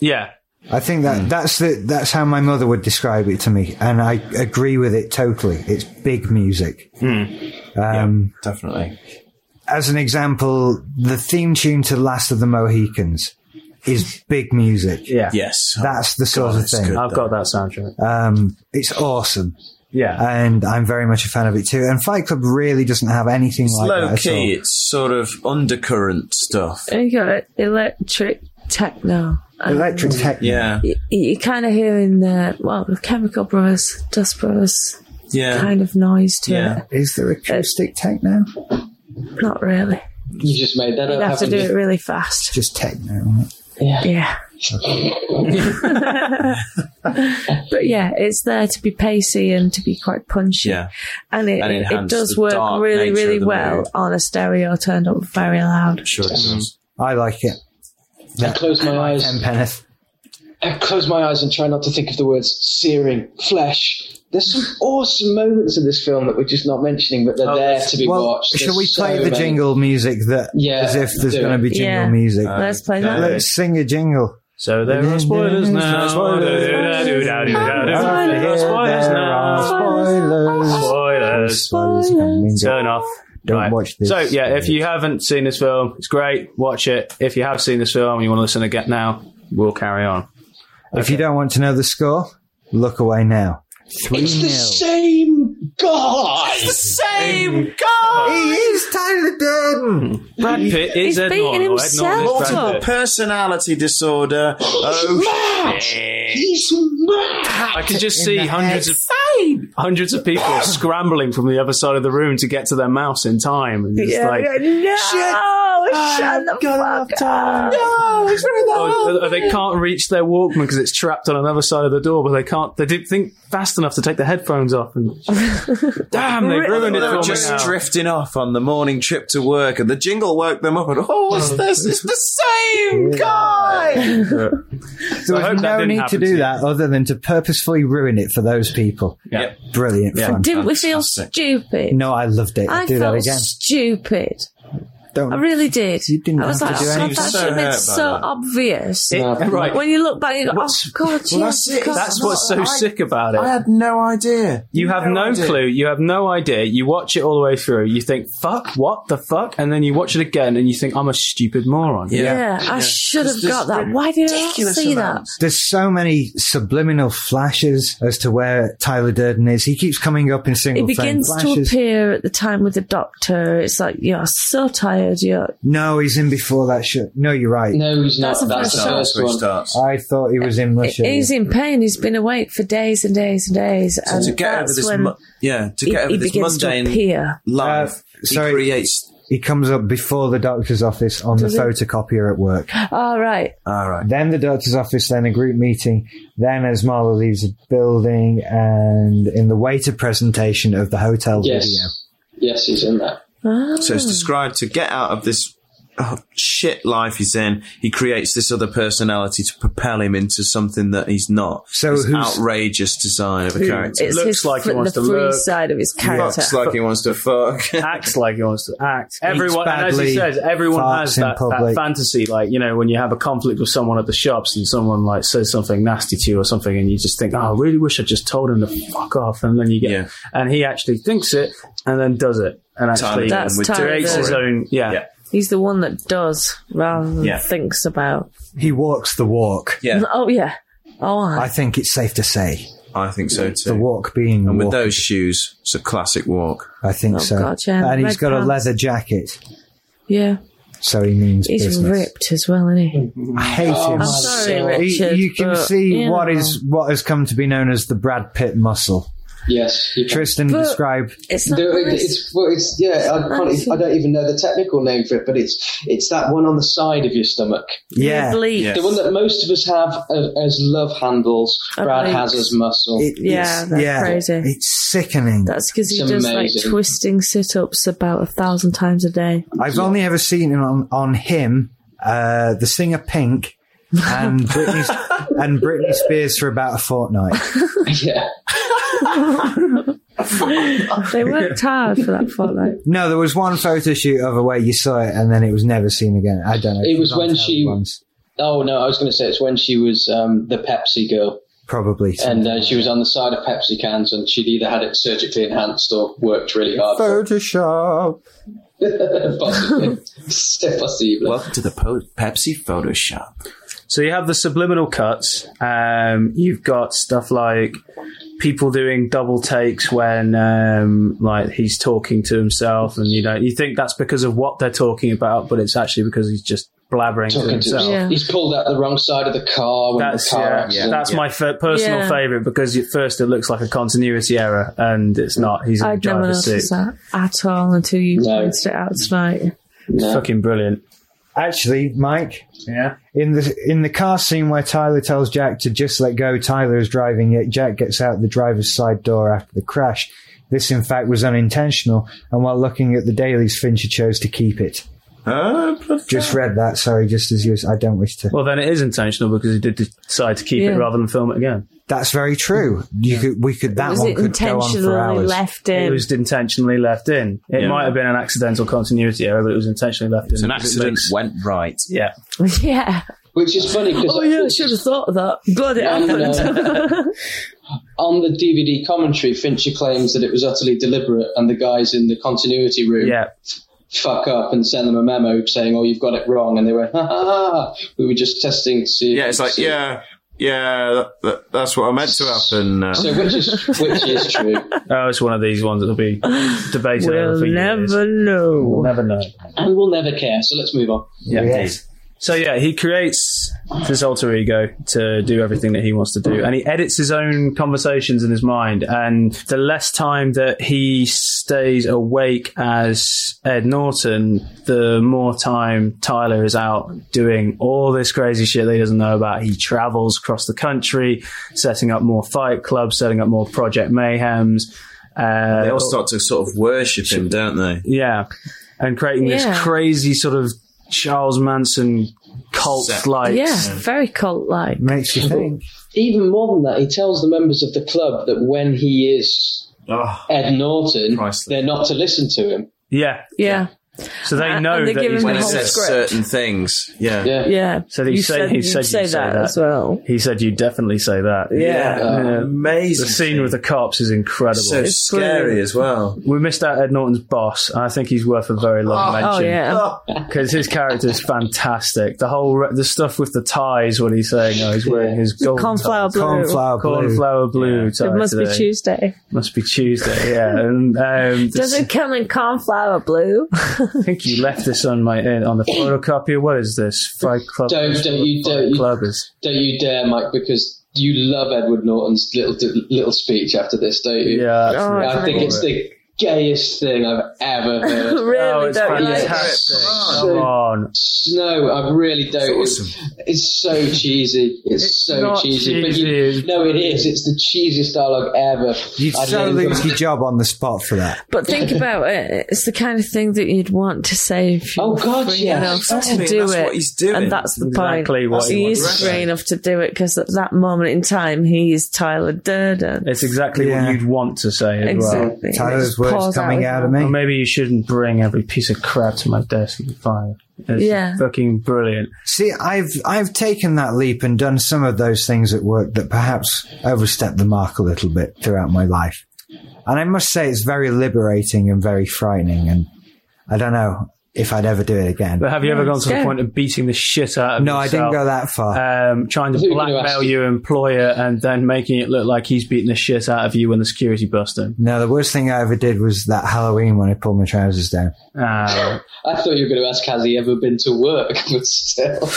Speaker 2: Yeah.
Speaker 6: I think that that's the that's how my mother would describe it to me, and I agree with it totally. It's big music. Um,
Speaker 3: Definitely.
Speaker 6: As an example, the theme tune to Last of the Mohicans is big music.
Speaker 2: Yeah.
Speaker 3: Yes.
Speaker 6: That's the sort
Speaker 3: God,
Speaker 6: of
Speaker 3: it's
Speaker 6: thing.
Speaker 3: good.
Speaker 2: I've got that soundtrack.
Speaker 6: Um, it's awesome,
Speaker 2: yeah.
Speaker 6: and I'm very much a fan of it too. And Fight Club really doesn't have anything like that
Speaker 3: Low
Speaker 6: at all.
Speaker 3: key, it's sort of undercurrent stuff.
Speaker 5: And you got electric techno. And
Speaker 6: Electric techno.
Speaker 3: Yeah.
Speaker 5: y- You're kind of hearing the, well, the Chemical Brothers, Dust Brothers
Speaker 3: Yeah.
Speaker 5: kind of noise to
Speaker 3: Yeah.
Speaker 5: it.
Speaker 6: Is there acoustic techno?
Speaker 5: Not really.
Speaker 4: You just made that
Speaker 5: You'd
Speaker 4: up.
Speaker 5: have to
Speaker 4: haven't
Speaker 5: do
Speaker 4: you?
Speaker 5: it really fast.
Speaker 6: Just techno. right?
Speaker 4: Yeah.
Speaker 5: Yeah. but yeah, it's there to be pacey and to be quite punchy.
Speaker 3: Yeah.
Speaker 5: And it,
Speaker 3: And
Speaker 5: it- it
Speaker 3: enhance
Speaker 5: does
Speaker 3: the
Speaker 5: work
Speaker 3: dark nature
Speaker 5: really,
Speaker 3: of
Speaker 5: really
Speaker 3: the
Speaker 5: well
Speaker 3: movie.
Speaker 5: on a stereo turned up very loud.
Speaker 3: Sure it does.
Speaker 6: I like it.
Speaker 4: I close my eyes.
Speaker 6: Ten Penneth.
Speaker 4: I uh, close my eyes and try not to think of the words searing, flesh. There's some awesome moments in this film that we're just not mentioning, but they're
Speaker 2: Oh,
Speaker 4: there
Speaker 2: that's-
Speaker 4: to be
Speaker 6: Well,
Speaker 4: watched.
Speaker 6: shall
Speaker 4: There's
Speaker 6: we
Speaker 4: so
Speaker 6: play the
Speaker 4: many.
Speaker 6: jingle music that
Speaker 4: Yeah,
Speaker 6: as if there's
Speaker 4: do
Speaker 6: going
Speaker 4: it.
Speaker 6: to be jingle
Speaker 5: Yeah.
Speaker 6: music?
Speaker 5: Let's play that.
Speaker 3: no.
Speaker 6: Let's sing a jingle.
Speaker 2: So there are spoilers now.
Speaker 6: Spoilers.
Speaker 2: Spoilers. Spoilers now.
Speaker 6: Spoilers.
Speaker 2: Spoilers.
Speaker 6: Spoilers can mean
Speaker 2: Turn off.
Speaker 6: Don't watch this.
Speaker 2: So yeah, if you haven't seen this film, it's great. Watch it. If you have seen this film and you want to listen again now, we'll carry on.
Speaker 6: If you don't want to know the score, look away now. Three
Speaker 4: It's the
Speaker 6: nil.
Speaker 4: same guy.
Speaker 2: Same God.
Speaker 6: He is Tyler
Speaker 2: Hmm.
Speaker 6: Durden.
Speaker 2: Brad Pitt is
Speaker 5: He's
Speaker 2: Ed
Speaker 5: beating
Speaker 2: Norton. or Ed Norton
Speaker 5: himself
Speaker 2: is Brad
Speaker 5: up.
Speaker 2: Pitt.
Speaker 3: Personality disorder. Oh,
Speaker 4: Mad. He's mad.
Speaker 2: I could just
Speaker 6: In
Speaker 2: see
Speaker 6: the
Speaker 2: hundreds of hundreds of people scrambling from the other side of the room to get to their mouse in time. And it's like,
Speaker 5: no! Shut, the fuck up!
Speaker 2: oh, oh, they can't reach their Walkman because it's trapped on another side of the door, but they can't. They didn't think fast enough to take the headphones off. And damn, they ruined it
Speaker 3: they
Speaker 2: for
Speaker 3: were
Speaker 2: me
Speaker 3: just
Speaker 2: now.
Speaker 3: drifting off on the morning trip to work, and the jingle woke them up. And oh, what's this? It's the same guy.
Speaker 2: I
Speaker 6: There
Speaker 2: hope
Speaker 6: was
Speaker 2: that
Speaker 6: no
Speaker 2: didn't
Speaker 6: need
Speaker 2: happen
Speaker 6: to
Speaker 2: to
Speaker 6: do
Speaker 2: you.
Speaker 6: that other than to purposefully ruin it for those people.
Speaker 2: Yeah.
Speaker 6: Brilliant fun.
Speaker 5: Didn't we feel
Speaker 3: Fantastic.
Speaker 5: stupid?
Speaker 6: No, I loved it.
Speaker 5: I
Speaker 6: do that
Speaker 5: felt
Speaker 6: again.
Speaker 5: stupid.
Speaker 6: Don't.
Speaker 5: I really did.
Speaker 6: You didn't
Speaker 5: I was
Speaker 6: have
Speaker 5: like,
Speaker 6: to do
Speaker 5: oh, God,
Speaker 6: anything.
Speaker 5: that
Speaker 3: So
Speaker 5: should have been
Speaker 3: hurt by
Speaker 5: so
Speaker 3: that.
Speaker 5: obvious.
Speaker 2: It- right.
Speaker 5: When you look back, you go,
Speaker 2: What's-
Speaker 5: oh God, yes,
Speaker 3: that's it.
Speaker 5: of course.
Speaker 2: That's what's so
Speaker 3: I-
Speaker 2: sick about it.
Speaker 3: I had no idea.
Speaker 2: You have no
Speaker 3: idea.
Speaker 2: clue. You have no idea. You watch it all the way through. You think, fuck, what the fuck? And then you watch it again and you think, I'm a stupid moron.
Speaker 5: Yeah, I should have got that. Why did I not
Speaker 3: ridiculous
Speaker 5: see
Speaker 3: amount.
Speaker 6: There's so many subliminal flashes as to where Tyler Durden is. He keeps coming up in
Speaker 5: that? It
Speaker 6: single frame
Speaker 5: begins to
Speaker 6: flashes.
Speaker 5: appear at the time with the doctor. It's like you're so tired. You're
Speaker 6: No, he's in before that shit. No, you're right.
Speaker 4: No, he's not.
Speaker 5: That's the
Speaker 4: That's,
Speaker 5: first
Speaker 4: the
Speaker 5: one.
Speaker 4: first
Speaker 3: Which
Speaker 4: one.
Speaker 3: starts.
Speaker 6: I thought he was in Russia.
Speaker 5: he's in pain. He's been awake for days and days and days.
Speaker 3: So
Speaker 5: and
Speaker 3: to get over
Speaker 5: that's
Speaker 3: this,
Speaker 5: when
Speaker 3: mu- yeah, to
Speaker 5: he,
Speaker 3: get
Speaker 5: he
Speaker 3: over this
Speaker 5: begins to
Speaker 3: mundane
Speaker 5: appear.
Speaker 3: life,
Speaker 6: Uh,
Speaker 3: he
Speaker 6: sorry.
Speaker 3: creates.
Speaker 6: He comes up before the doctor's office on the photocopier at work.
Speaker 5: All Ah, right.
Speaker 3: All right.
Speaker 6: Then the doctor's office, then a group meeting. Then as Marla leaves the building and in the waiter presentation of the hotel video.
Speaker 4: Yes. Yes, he's in that.
Speaker 3: So it's described to get out of this oh, shit life he's in. He creates this other personality to propel him into something that he's not.
Speaker 6: So
Speaker 3: this
Speaker 6: who's-
Speaker 3: outrageous design of a character.
Speaker 5: It's
Speaker 2: looks
Speaker 5: his,
Speaker 2: like he
Speaker 5: fr-
Speaker 2: wants
Speaker 5: the
Speaker 2: to
Speaker 5: free
Speaker 2: look.
Speaker 5: side of his character.
Speaker 3: Looks like he wants to fuck.
Speaker 2: acts like he wants to act. Everyone, and as he
Speaker 6: badly,
Speaker 2: says, everyone has
Speaker 6: farts in
Speaker 2: that, that
Speaker 6: public.
Speaker 2: fantasy. Like you know, when you have a conflict with someone at the shops and someone like says something nasty to you or something, and you just think, "Oh, I really wish I just told him to fuck off." And then you get,
Speaker 3: Yeah.
Speaker 2: and he actually thinks it, and then does it, and actually
Speaker 5: That's
Speaker 3: and with
Speaker 5: Tyler
Speaker 3: Derek
Speaker 2: creates his
Speaker 5: Durden.
Speaker 3: Warren.
Speaker 2: own. Yeah,
Speaker 3: Yeah.
Speaker 5: He's the one that does rather than
Speaker 3: Yeah.
Speaker 5: thinks about.
Speaker 6: He walks the walk.
Speaker 3: Yeah.
Speaker 5: Oh yeah. Oh, I.
Speaker 6: I think it's safe to say.
Speaker 3: I think so too.
Speaker 6: The walk being
Speaker 3: and with
Speaker 6: walk.
Speaker 3: those shoes, it's a classic walk.
Speaker 6: I think so.
Speaker 5: Oh, God, yeah,
Speaker 6: And he's
Speaker 5: red
Speaker 6: got a
Speaker 5: pants.
Speaker 6: leather jacket,
Speaker 5: Yeah.
Speaker 6: so he means
Speaker 5: He's
Speaker 6: business.
Speaker 5: ripped as well, isn't he?
Speaker 6: I hate him.
Speaker 5: I'm sorry,
Speaker 4: God.
Speaker 6: You,
Speaker 5: Richard.
Speaker 6: you can
Speaker 5: but,
Speaker 6: see
Speaker 5: you
Speaker 6: what
Speaker 5: know,
Speaker 6: is what has come to be known as the Brad Pitt muscle.
Speaker 4: Yes, you can.
Speaker 6: Tristan,
Speaker 5: But-
Speaker 6: describe.
Speaker 5: It's not
Speaker 4: There-
Speaker 5: nice.
Speaker 4: It's, well, it's yeah. I, can't, even- I don't even know the technical name for it, but it's it's that one on the side of your stomach,
Speaker 6: Yeah,
Speaker 5: Oblique.
Speaker 3: Yeah.
Speaker 4: the one that most of us have as, as love handles. Brad
Speaker 5: Obliques.
Speaker 4: has as muscle.
Speaker 6: It-
Speaker 5: Yeah,
Speaker 6: it's-
Speaker 5: that's crazy.
Speaker 6: It's sickening.
Speaker 5: That's because he
Speaker 4: It's
Speaker 5: does like
Speaker 4: amazing.
Speaker 5: twisting sit ups about a thousand times a day.
Speaker 6: I've only ever seen it on on him, uh, the singer Pink, and Britney and Britney Spears for about a fortnight.
Speaker 4: yeah, Oh,
Speaker 5: They worked hard for that fortnight.
Speaker 6: No, there was one photo shoot of her where you saw it, and then it was never seen again. I don't know.
Speaker 4: It was
Speaker 6: Not
Speaker 4: when
Speaker 6: how
Speaker 4: she-
Speaker 6: it was.
Speaker 4: Oh no, I was going to say it's when she was um, the Pepsi girl,
Speaker 6: probably
Speaker 4: and uh, she was on the side of Pepsi cans, and she'd either had it surgically enhanced or worked really hard. for
Speaker 6: Photoshop.
Speaker 4: it. possibly, C'est possible.
Speaker 3: Welcome to the po- Pepsi Photoshop.
Speaker 2: So you have the subliminal cuts. Um, you've got stuff like people doing double takes when, um, like, he's talking to himself, and you know, you think that's because of what they're talking about, but it's actually because he's just blabbering to
Speaker 4: Talking to
Speaker 2: himself.
Speaker 4: himself.
Speaker 5: Yeah.
Speaker 4: He's pulled out the wrong side of the car when
Speaker 2: That's
Speaker 4: the car
Speaker 2: yeah,
Speaker 4: accident.
Speaker 2: That's my f- personal
Speaker 5: Yeah.
Speaker 2: favorite because at first it looks like a continuity error, and it's not. He's in the
Speaker 5: I'd never
Speaker 2: driver's
Speaker 5: noticed
Speaker 2: seat.
Speaker 5: that at all until you
Speaker 4: No.
Speaker 5: pointed it out tonight.
Speaker 4: No.
Speaker 2: Fucking brilliant.
Speaker 6: Actually, Mike,
Speaker 2: Yeah.
Speaker 6: in the in the car scene where Tyler tells Jack to just let go, Tyler is driving it. Jack gets out the driver's side door after the crash. This, in fact, was unintentional, and while looking at the dailies, Fincher chose to keep it.
Speaker 3: Ah, bloody-
Speaker 6: Just read that, sorry, just as you was, I don't wish to.
Speaker 2: Well, then it is intentional because he did decide to keep
Speaker 5: Yeah.
Speaker 2: it rather than film it again.
Speaker 6: That's very true. You could, we could, that
Speaker 5: Was
Speaker 6: one
Speaker 5: it
Speaker 6: could go on for
Speaker 5: intentionally
Speaker 6: hours.
Speaker 5: left
Speaker 2: It
Speaker 5: in?
Speaker 2: was intentionally left in. It
Speaker 3: Yeah.
Speaker 2: might have been an accidental continuity error, but it was intentionally left
Speaker 3: It's
Speaker 2: in.
Speaker 3: an
Speaker 2: because it
Speaker 3: accident
Speaker 2: makes-
Speaker 3: went right.
Speaker 2: yeah.
Speaker 5: yeah.
Speaker 4: Which is funny because
Speaker 5: Oh, yeah, I should have thought of that. Glad it
Speaker 4: on,
Speaker 5: happened.
Speaker 4: uh, on the DVD commentary, Fincher claims that it was utterly deliberate, and the guys in the continuity room
Speaker 2: Yeah.
Speaker 4: fuck up and send them a memo saying, "Oh, you've got it wrong," and they went, "Ha ha!" ha. We were just testing to see.
Speaker 3: Yeah, it's like
Speaker 4: see-
Speaker 3: yeah, yeah. That, that, that's what I meant to happen. Uh,
Speaker 4: So which is which is true.
Speaker 2: Oh, it's one of these ones that'll be debated over
Speaker 5: We'll
Speaker 2: for years.
Speaker 5: never
Speaker 2: We'll
Speaker 5: know.
Speaker 2: never know.
Speaker 4: and we'll never care. So let's move on.
Speaker 2: Yeah.
Speaker 6: Yes.
Speaker 2: So yeah, he creates this alter ego to do everything that he wants to do, and he edits his own conversations in his mind. And the less time that he stays awake as Ed Norton, the more time Tyler is out doing all this crazy shit that he doesn't know about. He travels across the country, setting up more fight clubs, setting up more Project Mayhem's. Uh,
Speaker 3: they all start to sort of worship him, don't they?
Speaker 2: yeah, and creating
Speaker 5: Yeah.
Speaker 2: this crazy sort of Charles Manson cult like.
Speaker 5: Yeah, very cult like.
Speaker 6: Makes you think.
Speaker 4: Even more than that, he tells the members of the club that when he is
Speaker 3: Oh,
Speaker 4: Ed Norton,
Speaker 3: Priceless.
Speaker 4: they're not to listen to him.
Speaker 2: Yeah.
Speaker 5: Yeah.
Speaker 2: So they
Speaker 5: And-
Speaker 2: know
Speaker 5: and they
Speaker 2: that
Speaker 5: give
Speaker 2: he's
Speaker 5: him
Speaker 3: when
Speaker 5: the
Speaker 3: he
Speaker 5: whole
Speaker 3: says
Speaker 5: script.
Speaker 3: certain things, yeah.
Speaker 4: Yeah.
Speaker 5: Yeah.
Speaker 2: So he
Speaker 5: You
Speaker 2: said- he
Speaker 5: you'd
Speaker 2: said you'd
Speaker 5: say
Speaker 2: say
Speaker 5: that,
Speaker 2: that.
Speaker 5: as well.
Speaker 2: He said you definitely say that.
Speaker 3: Yeah.
Speaker 2: Yeah.
Speaker 3: amazing.
Speaker 2: The scene with the cops is incredible.
Speaker 3: so scary as well.
Speaker 2: we missed out Ed Norton's boss, and I think he's worth a very long
Speaker 5: Oh,
Speaker 2: mention.
Speaker 5: yeah.
Speaker 3: Oh,
Speaker 2: Because his character is fantastic. The whole re- the stuff with the ties when he's saying, "Oh, he's wearing his gold
Speaker 5: Cornflower blue.
Speaker 6: Cornflower blue.
Speaker 2: cornflower blue tie
Speaker 5: It must be
Speaker 2: today.
Speaker 5: Tuesday.
Speaker 2: Must be Tuesday. Yeah, and um,
Speaker 5: Does it come in cornflower blue?
Speaker 2: I think you left this on my uh, on the photocopier. What is this? Fight Club.
Speaker 4: Don't- don't you-
Speaker 2: Fight
Speaker 4: don't you-
Speaker 2: Club is-
Speaker 4: Don't you dare, Mike, because you love Edward Norton's little little speech after this, don't you?
Speaker 2: yeah.
Speaker 5: Oh,
Speaker 2: absolutely.
Speaker 4: I think it's the gayest thing I've ever heard.
Speaker 5: really
Speaker 2: Oh, it's
Speaker 5: don't like
Speaker 4: fantastic.
Speaker 2: fantastic.
Speaker 4: Yes.
Speaker 2: Come on.
Speaker 4: No, I really don't. It's, it's so cheesy. It's,
Speaker 2: It's
Speaker 4: so
Speaker 2: not
Speaker 4: cheesy. But you,
Speaker 2: cheesy.
Speaker 4: no, it is. It's the cheesiest dialogue ever.
Speaker 6: You'd
Speaker 4: I'd
Speaker 6: so
Speaker 4: let him
Speaker 6: lose
Speaker 4: come-
Speaker 6: your job on the spot for that.
Speaker 5: But think about it. It's the kind of thing that you'd want to say if you
Speaker 4: Oh,
Speaker 5: were
Speaker 4: God,
Speaker 5: free
Speaker 4: yes.
Speaker 5: enough
Speaker 3: Exactly,
Speaker 5: to do
Speaker 3: that's
Speaker 5: it.
Speaker 3: what he's doing.
Speaker 5: And that's the
Speaker 2: Exactly
Speaker 5: point.
Speaker 2: what he
Speaker 5: he
Speaker 2: wants
Speaker 5: is
Speaker 3: to say.
Speaker 5: free enough to do it because at that moment in time, he is Tyler Durden.
Speaker 2: It's exactly
Speaker 6: Yeah.
Speaker 2: what you'd want to say as well.
Speaker 5: Exactly.
Speaker 6: Tyler's
Speaker 5: Just
Speaker 6: words
Speaker 5: pours
Speaker 6: coming out of me.
Speaker 2: Or maybe you shouldn't bring every piece of crap to my desk and fire. It's
Speaker 5: Yeah.
Speaker 2: fucking brilliant.
Speaker 6: See, I've I've taken that leap and done some of those things at work that perhaps overstepped the mark a little bit throughout my life, and I must say it's very liberating and very frightening. And I don't know, if I'd ever do it again.
Speaker 2: But have you ever gone to the
Speaker 5: good.
Speaker 2: point of beating the shit out of
Speaker 6: No, I didn't
Speaker 2: yourself?
Speaker 6: go that far.
Speaker 2: um, trying to
Speaker 4: I thought you were gonna
Speaker 2: blackmail
Speaker 4: ask-
Speaker 2: your employer and then making it look like he's beating the shit out of you when the security bust in.
Speaker 6: no, the worst thing I ever did was that Halloween when I pulled my trousers down.
Speaker 2: Uh,
Speaker 4: I thought you were going to ask, has he ever been to work? But still,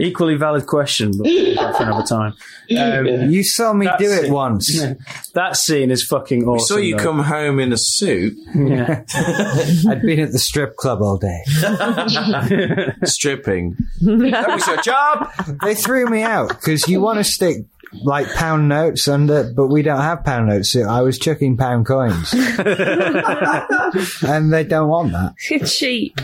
Speaker 2: equally valid question, but we'll leave that for another time. Um,
Speaker 6: You saw me do
Speaker 2: That's
Speaker 6: it
Speaker 2: it.
Speaker 6: once.
Speaker 2: that scene is fucking awesome.
Speaker 3: I saw you
Speaker 2: though.
Speaker 3: come home in a suit,
Speaker 2: Yeah.
Speaker 6: I'd been at the strip club all day.
Speaker 3: stripping. that was your job.
Speaker 6: They threw me out because you want to stick like pound notes under, but we don't have pound notes, so I was chucking pound coins. and they don't want that.
Speaker 5: cheap,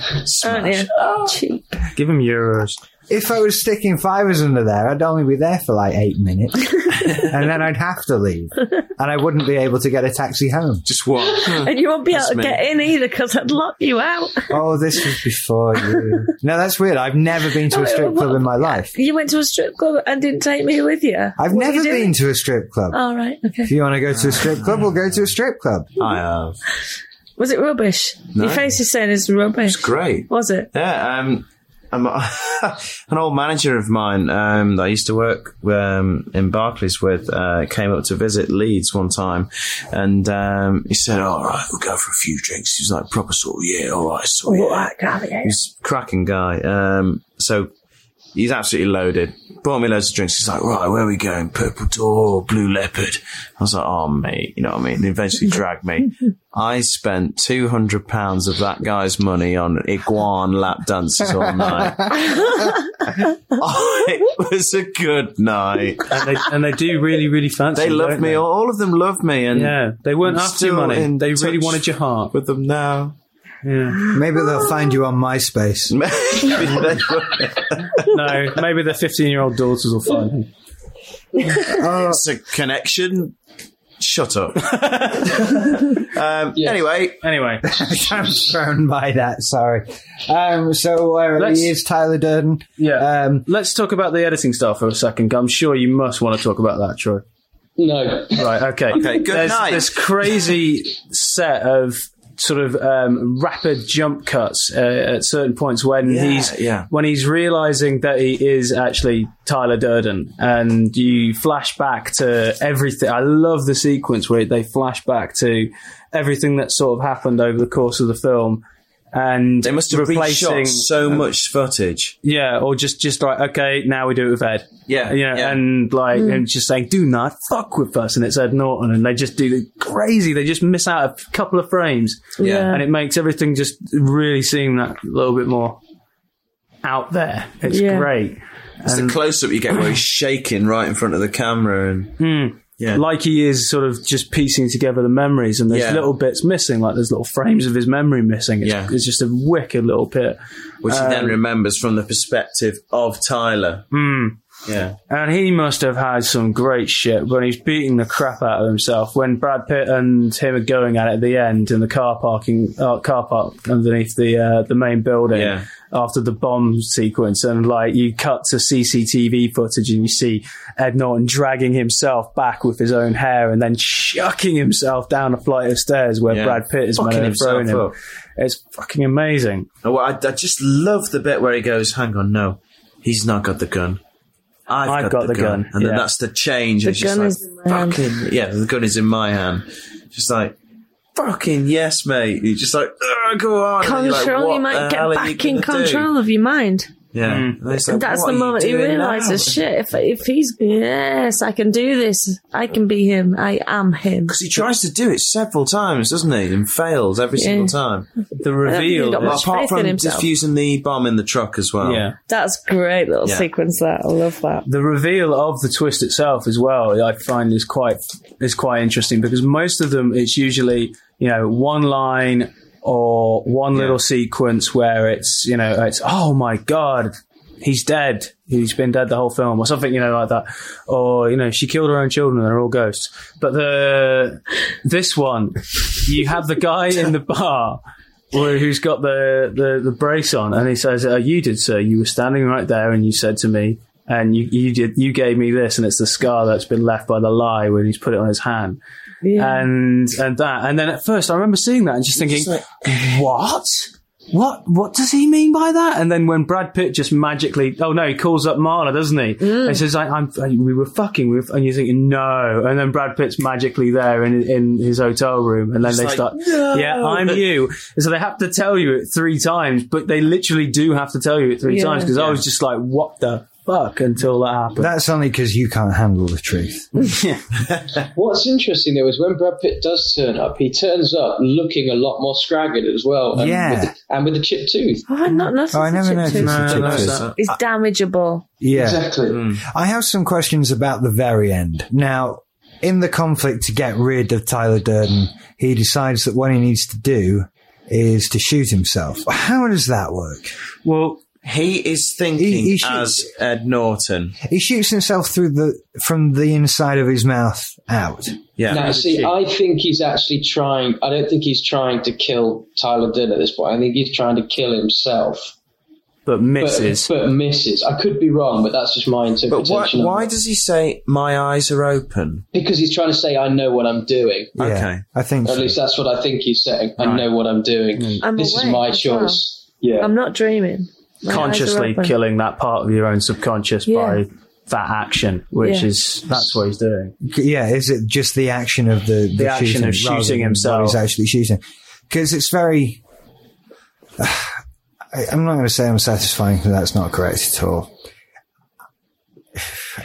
Speaker 5: aren't you?
Speaker 3: Oh.
Speaker 5: Cheap.
Speaker 2: Give him euros.
Speaker 6: If I was sticking fivers under there, I'd only be there for like eight minutes. and then I'd have to leave. And I wouldn't be able to get a taxi home.
Speaker 3: Just what?
Speaker 5: And you won't be able to
Speaker 3: Hmm. me.
Speaker 5: get in either because I'd lock you out.
Speaker 6: Oh, this was before you. No, that's weird. I've never been to a strip club in my life.
Speaker 5: You went to a strip club and didn't take me with you.
Speaker 6: I've
Speaker 5: What are
Speaker 6: never
Speaker 5: you doing?
Speaker 6: been to a strip club.
Speaker 5: All right. Okay.
Speaker 6: If you want to go to a strip club, we'll go to a strip club.
Speaker 3: I uh, have.
Speaker 5: Was it rubbish? Your face is saying it's rubbish.
Speaker 3: Great.
Speaker 5: Was it?
Speaker 3: Yeah, um, I'm, an old manager of mine um, that I used to work um, in Barclays with uh, came up to visit Leeds one time, and um, he said, "All right, we'll go for a few drinks." He was like, "Proper sort of yeah, all right, sort of
Speaker 5: What
Speaker 3: yeah."
Speaker 5: I got you.
Speaker 3: He's a cracking guy. Um, so he's absolutely loaded. Bought me loads of drinks. He's like, right, where are we going? Purple Door, Blue Leopard. I was like, oh, mate, you know what I mean? And eventually dragged me. I spent £200 of that guy's money on iguan lap dances all night. oh, it was a good night.
Speaker 2: And they, and they do really, really fancy.
Speaker 3: They
Speaker 2: you,
Speaker 3: loved
Speaker 2: don't
Speaker 3: me.
Speaker 2: They?
Speaker 3: All of them loved me. And
Speaker 2: Yeah, they weren't
Speaker 3: I'm
Speaker 2: after your
Speaker 3: still
Speaker 2: money.
Speaker 3: in
Speaker 2: They really
Speaker 3: touch
Speaker 2: wanted your heart.
Speaker 3: with them now.
Speaker 2: Yeah.
Speaker 6: Maybe they'll find you on MySpace.
Speaker 3: Maybe they were.
Speaker 2: No, maybe their 15 year old daughters will find him.
Speaker 3: It's a connection. Shut up. um,
Speaker 4: Yeah.
Speaker 3: Anyway,
Speaker 2: Anyway,
Speaker 6: I'm thrown by that. Sorry. Um, so where
Speaker 2: Let's-
Speaker 6: he is Tyler Durden.
Speaker 2: yeah.
Speaker 6: Um,
Speaker 2: Let's talk about the editing stuff for a second. I'm sure you must want to talk about that, Troy.
Speaker 4: no.
Speaker 2: Right. Okay.
Speaker 3: Okay, good
Speaker 2: there's
Speaker 3: night.
Speaker 2: This crazy set of sort of um, rapid jump cuts uh, at certain points when he's
Speaker 3: yeah.
Speaker 2: when he's realizing that he is actually Tyler Durden, and you flash back to everything. I love the sequence where they flash back to everything that sort of happened over the course of the film. And
Speaker 3: they must have
Speaker 2: replacing,
Speaker 3: reshot so much footage.
Speaker 2: yeah, or just just like okay, now we do it with Ed,
Speaker 3: Yeah,
Speaker 2: you know,
Speaker 3: yeah.
Speaker 2: and like and just saying do not fuck with us, and it's Ed Norton, and they just do the crazy, they just miss out a couple of frames,
Speaker 3: Yeah.
Speaker 2: and it makes everything just really seem that little bit more out there. It's
Speaker 5: Yeah.
Speaker 2: great,
Speaker 3: It's the close up you get where he's shaking right in front of the camera. And Yeah.
Speaker 2: like he is sort of just piecing together the memories, and there's
Speaker 3: Yeah.
Speaker 2: little bits missing, like there's little frames of his memory missing. It's,
Speaker 3: Yeah.
Speaker 2: it's just a wicked little bit.
Speaker 3: which he then remembers from the perspective of Tyler. Yeah.
Speaker 2: And he must have had some great shit when he's beating the crap out of himself. When Brad Pitt and him are going at it at the end in the car parking uh, car park underneath the uh, the main building
Speaker 3: Yeah.
Speaker 2: after the bomb sequence, and like you cut to CCTV footage and you see Ed Norton dragging himself back with his own hair and then chucking himself down a flight of stairs where
Speaker 3: Yeah.
Speaker 2: Brad Pitt is meant
Speaker 3: Fucking
Speaker 2: to have thrown him.
Speaker 3: himself up.
Speaker 2: It's fucking amazing.
Speaker 3: Oh, well, I, I just love the bit where he goes, hang on, no, he's not got the gun. I've,
Speaker 2: I've
Speaker 3: got, the, gun. And then
Speaker 2: yeah.
Speaker 3: that's the change.
Speaker 5: The
Speaker 3: it's just
Speaker 5: gun
Speaker 3: like,
Speaker 5: is in my hand.
Speaker 3: fucking, yeah, the gun is in my hand. Just like, fucking yes, mate. You're just like, "Ugh, go on. And you're like,
Speaker 5: Control.
Speaker 3: "What
Speaker 5: you
Speaker 3: the
Speaker 5: might get
Speaker 3: hell are
Speaker 5: back
Speaker 3: you
Speaker 5: in
Speaker 3: gonna do?"
Speaker 5: control of your mind.
Speaker 3: Yeah. And it's like,
Speaker 5: That's
Speaker 3: "What are
Speaker 5: the
Speaker 3: you
Speaker 5: moment he
Speaker 3: doing
Speaker 5: realizes,
Speaker 3: now?"
Speaker 5: shit. If if he's yes, I can do this. I can be him. I am him.
Speaker 3: Because he tries to do it several times, doesn't he? And fails every single time.
Speaker 2: The
Speaker 5: he's
Speaker 2: reveal.
Speaker 5: got
Speaker 2: is-
Speaker 5: much
Speaker 3: Apart
Speaker 5: faith
Speaker 3: from
Speaker 5: in himself.
Speaker 3: defusing the bomb in the truck as well.
Speaker 2: yeah.
Speaker 5: That's great little
Speaker 3: Yeah.
Speaker 5: sequence. That I love that.
Speaker 2: the reveal of the twist itself as well I find is quite is quite interesting because most of them it's usually you know one line or one little sequence where it's you know it's oh my god he's dead he's been dead the whole film or something you know like that or you know she killed her own children and they're all ghosts but the this one you have the guy in the bar well, who's got the, the, the brace on, and he says, "Oh, you did, sir. You were standing right there, and you said to me, and you, you did, you gave me this, and it's the scar that's been left by the lie when he's put it on his hand,
Speaker 5: Yeah.
Speaker 2: and and that, and then at first I remember seeing that and just thinking, what? what what does he mean by that? And then when Brad Pitt just magically, oh no, he calls up Marla, doesn't he?
Speaker 5: Mm.
Speaker 2: And he says, I, I'm, we were fucking, we were, and you're thinking, no. And then Brad Pitt's magically there in, in his hotel room. And then they
Speaker 3: like,
Speaker 2: start, yeah, I'm you. And so they have to tell you it three times, but they literally do have to tell you it three
Speaker 5: Yeah.
Speaker 2: times because I was just like, what the fuck until that happened.
Speaker 6: That's only because you can't handle the truth.
Speaker 4: What's interesting though is when Brad Pitt does turn up, he turns up looking a lot more scragged as well. And
Speaker 6: Yeah.
Speaker 4: with the, and with the chipped tooth.
Speaker 5: Oh, I've not noticed
Speaker 6: Oh, I never
Speaker 5: the chip
Speaker 6: noticed
Speaker 5: tooth.
Speaker 6: the
Speaker 3: no,
Speaker 6: chip tooth.
Speaker 3: it's not.
Speaker 5: It's damageable.
Speaker 6: Yeah.
Speaker 4: Exactly.
Speaker 6: I have some questions about the very end. Now, in the conflict to get rid of Tyler Durden, he decides that what he needs to do is to shoot himself. How does that work?
Speaker 2: Well,
Speaker 3: He is thinking
Speaker 6: He- he should-
Speaker 3: as Ed Norton.
Speaker 6: He shoots himself through the from the inside of his mouth out.
Speaker 3: Yeah.
Speaker 4: Now, see, I think he's actually trying. I don't think he's trying to kill Tyler Dunn at this point. I think he's trying to kill himself.
Speaker 2: but
Speaker 4: But,
Speaker 2: misses.
Speaker 4: but misses. I could be wrong, but that's just my
Speaker 3: but
Speaker 4: interpretation.
Speaker 3: why,
Speaker 4: of
Speaker 3: why
Speaker 4: it.
Speaker 3: does he say, my eyes are open?
Speaker 4: Because he's trying to say, "I know what I'm doing."
Speaker 6: Yeah,
Speaker 3: Okay.
Speaker 6: I think
Speaker 4: At
Speaker 6: so.
Speaker 4: least that's what I think he's saying. I know what I'm doing.
Speaker 5: I'm
Speaker 4: this is
Speaker 5: awake
Speaker 4: my
Speaker 5: as well.
Speaker 4: choice. Yeah.
Speaker 5: I'm not dreaming. My eyes are
Speaker 2: consciously
Speaker 5: open.
Speaker 2: killing that part of your own subconscious
Speaker 5: Yeah.
Speaker 2: by that action, which
Speaker 5: Yeah.
Speaker 2: is that's what he's doing.
Speaker 6: Yeah, is it just the action of the the,
Speaker 2: The action
Speaker 6: shooting
Speaker 2: of
Speaker 6: rather
Speaker 2: shooting
Speaker 6: than what
Speaker 2: himself.
Speaker 6: He's actually shooting because it's very. I, I'm not going to say I'm satisfying because that's not correct at all.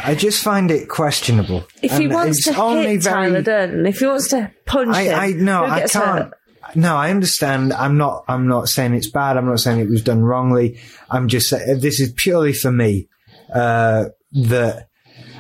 Speaker 6: I just find it questionable.
Speaker 5: If he
Speaker 6: And
Speaker 5: wants
Speaker 6: it's
Speaker 5: to hit Tyler Durden, if he wants to punch
Speaker 6: I,
Speaker 5: him,
Speaker 6: I no,
Speaker 5: who
Speaker 6: I
Speaker 5: gets
Speaker 6: can't.
Speaker 5: hurt?
Speaker 6: No, I understand. I'm not. I'm not saying it's bad. I'm not saying it was done wrongly. I'm just saying this is purely for me. Uh, that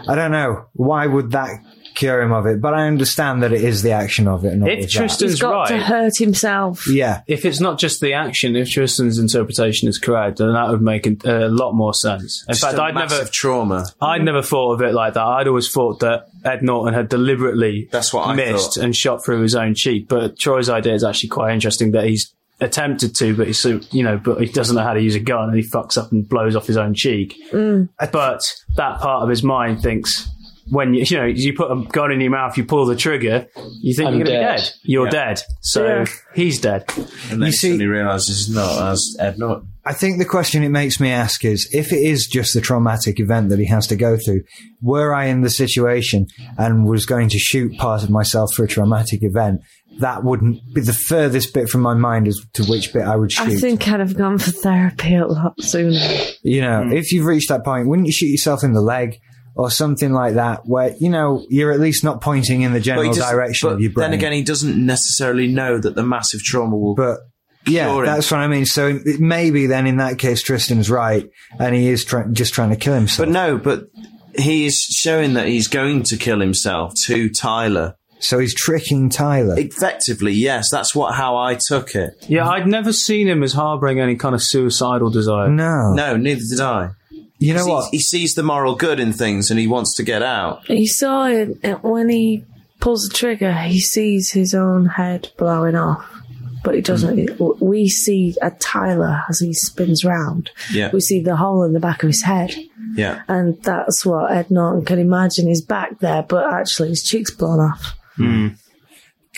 Speaker 6: I don't know why would that cure him of it, but I understand that it is the action of it. Not
Speaker 2: If
Speaker 6: with
Speaker 2: Tristan's
Speaker 5: He's got to
Speaker 2: right,
Speaker 5: hurt himself.
Speaker 6: that. yeah,
Speaker 2: if it's not just the action, if Tristan's interpretation is correct, then that would make a, a lot more sense. In
Speaker 3: Just
Speaker 2: fact,
Speaker 3: a
Speaker 2: I'd
Speaker 3: massive
Speaker 2: never,
Speaker 3: trauma.
Speaker 2: I'd never thought of it like that. I'd always thought that Ed Norton had deliberately
Speaker 3: That's what I
Speaker 2: missed
Speaker 3: thought.
Speaker 2: and shot through his own cheek. But Troy's idea is actually quite interesting that he's attempted to, but he's so- you know, but he doesn't know how to use a gun and he fucks up and blows off his own cheek.
Speaker 3: Mm.
Speaker 2: But that part of his mind thinks. When you, you know you put a gun in your mouth, you pull the trigger. You think
Speaker 4: I'm
Speaker 2: you're gonna
Speaker 4: dead.
Speaker 2: be dead. You're
Speaker 3: Yeah.
Speaker 2: dead. So
Speaker 5: Yeah.
Speaker 2: he's dead.
Speaker 3: And then
Speaker 6: You
Speaker 3: you
Speaker 6: see-
Speaker 3: suddenly realise it's not as
Speaker 6: uh,
Speaker 3: Ed Norton.
Speaker 6: I think the question it makes me ask is if it is just the traumatic event that he has to go through, were I in the situation and was going to shoot part of myself for a traumatic event, that wouldn't be the furthest bit from my mind as to which bit I would shoot.
Speaker 5: I think I'd have gone for therapy a lot sooner.
Speaker 6: you know,
Speaker 3: Hmm.
Speaker 6: if you've reached that point, wouldn't you shoot yourself in the leg or something like that where, you know, you're at least not pointing in the
Speaker 3: But he
Speaker 6: general
Speaker 3: doesn't-
Speaker 6: direction
Speaker 3: but
Speaker 6: of your brain.
Speaker 3: Then again, he doesn't necessarily know that the massive trauma will.
Speaker 6: but yeah,
Speaker 3: Sure.
Speaker 6: that's what I mean. So it- maybe then in that case, Tristan's right and he is try- just trying to kill himself.
Speaker 3: but no, but he is showing that he's going to kill himself to Tyler.
Speaker 6: so he's tricking Tyler.
Speaker 3: Effectively, yes, that's what how I took it.
Speaker 2: Yeah, I'd never seen him as harboring any kind of suicidal desire.
Speaker 6: No.
Speaker 3: No, neither did I.
Speaker 6: You know
Speaker 3: He-
Speaker 6: what?
Speaker 3: He sees the moral good in things and he wants to get out.
Speaker 5: He saw it and when he pulls the trigger, he sees his own head blowing off. But he
Speaker 6: Mm.
Speaker 5: doesn't. We see a Tyler as he spins round.
Speaker 3: Yeah.
Speaker 5: We see the hole in the back of his head.
Speaker 3: Yeah.
Speaker 5: And that's what Ed Norton can imagine his back there, but actually his cheek's blown off.
Speaker 6: Hmm.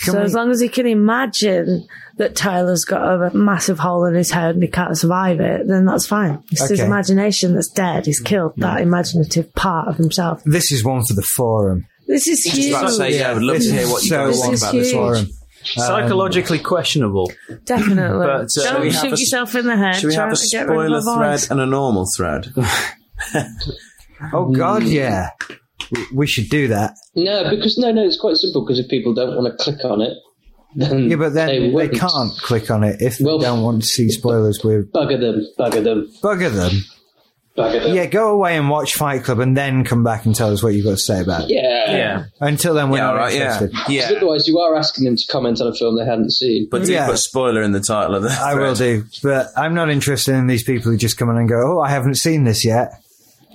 Speaker 6: Can
Speaker 5: so
Speaker 6: we-
Speaker 5: as long as he can imagine that Tyler's got a massive hole in his head and he can't survive it, then that's fine. It's his
Speaker 6: Okay. Hmm.
Speaker 5: imagination that's dead. He's killed that imaginative part of himself.
Speaker 6: this is one for the forum.
Speaker 5: This is
Speaker 3: Just
Speaker 5: huge.
Speaker 3: about to say, yeah, I would love
Speaker 6: This
Speaker 3: to hear
Speaker 6: is
Speaker 3: what you
Speaker 6: so
Speaker 3: guys
Speaker 5: This
Speaker 3: want
Speaker 5: is
Speaker 3: about this
Speaker 5: huge.
Speaker 3: one.
Speaker 6: Forum.
Speaker 2: Psychologically questionable.
Speaker 5: Definitely.
Speaker 2: But, uh, shall
Speaker 5: Don't
Speaker 2: we
Speaker 3: have
Speaker 5: shoot
Speaker 3: a-
Speaker 5: yourself in the head.
Speaker 3: Should we
Speaker 5: Try
Speaker 3: have a
Speaker 5: to get rid
Speaker 3: spoiler
Speaker 5: of a
Speaker 3: thread
Speaker 5: voice.
Speaker 3: and a normal thread?
Speaker 6: Oh God,
Speaker 4: Mm.
Speaker 6: yeah. We, we should do that.
Speaker 4: No, because no, no, it's quite simple. Because if people don't want to click on it, then
Speaker 6: Yeah, but then
Speaker 4: they,
Speaker 6: they,
Speaker 4: won't.
Speaker 6: can't click on it if they
Speaker 4: Well-
Speaker 6: don't want to see spoilers. We're
Speaker 4: Bugger them, bugger them,
Speaker 6: bugger them.
Speaker 4: bugger them.
Speaker 6: Yeah, go away and watch Fight Club, and then come back and tell us what you've got to say about it.
Speaker 4: yeah.
Speaker 2: Yeah.
Speaker 6: Until then, we're
Speaker 3: Yeah,
Speaker 6: not
Speaker 3: all right, yeah.
Speaker 6: interested.
Speaker 4: Because
Speaker 3: Yeah.
Speaker 4: otherwise, you are asking them to comment on a film they hadn't seen.
Speaker 3: But do
Speaker 6: Yeah.
Speaker 3: put spoiler in the title of the
Speaker 6: I will
Speaker 3: thread.
Speaker 6: do, but I'm not interested in these people who just come in and go, "Oh, I haven't seen this yet,"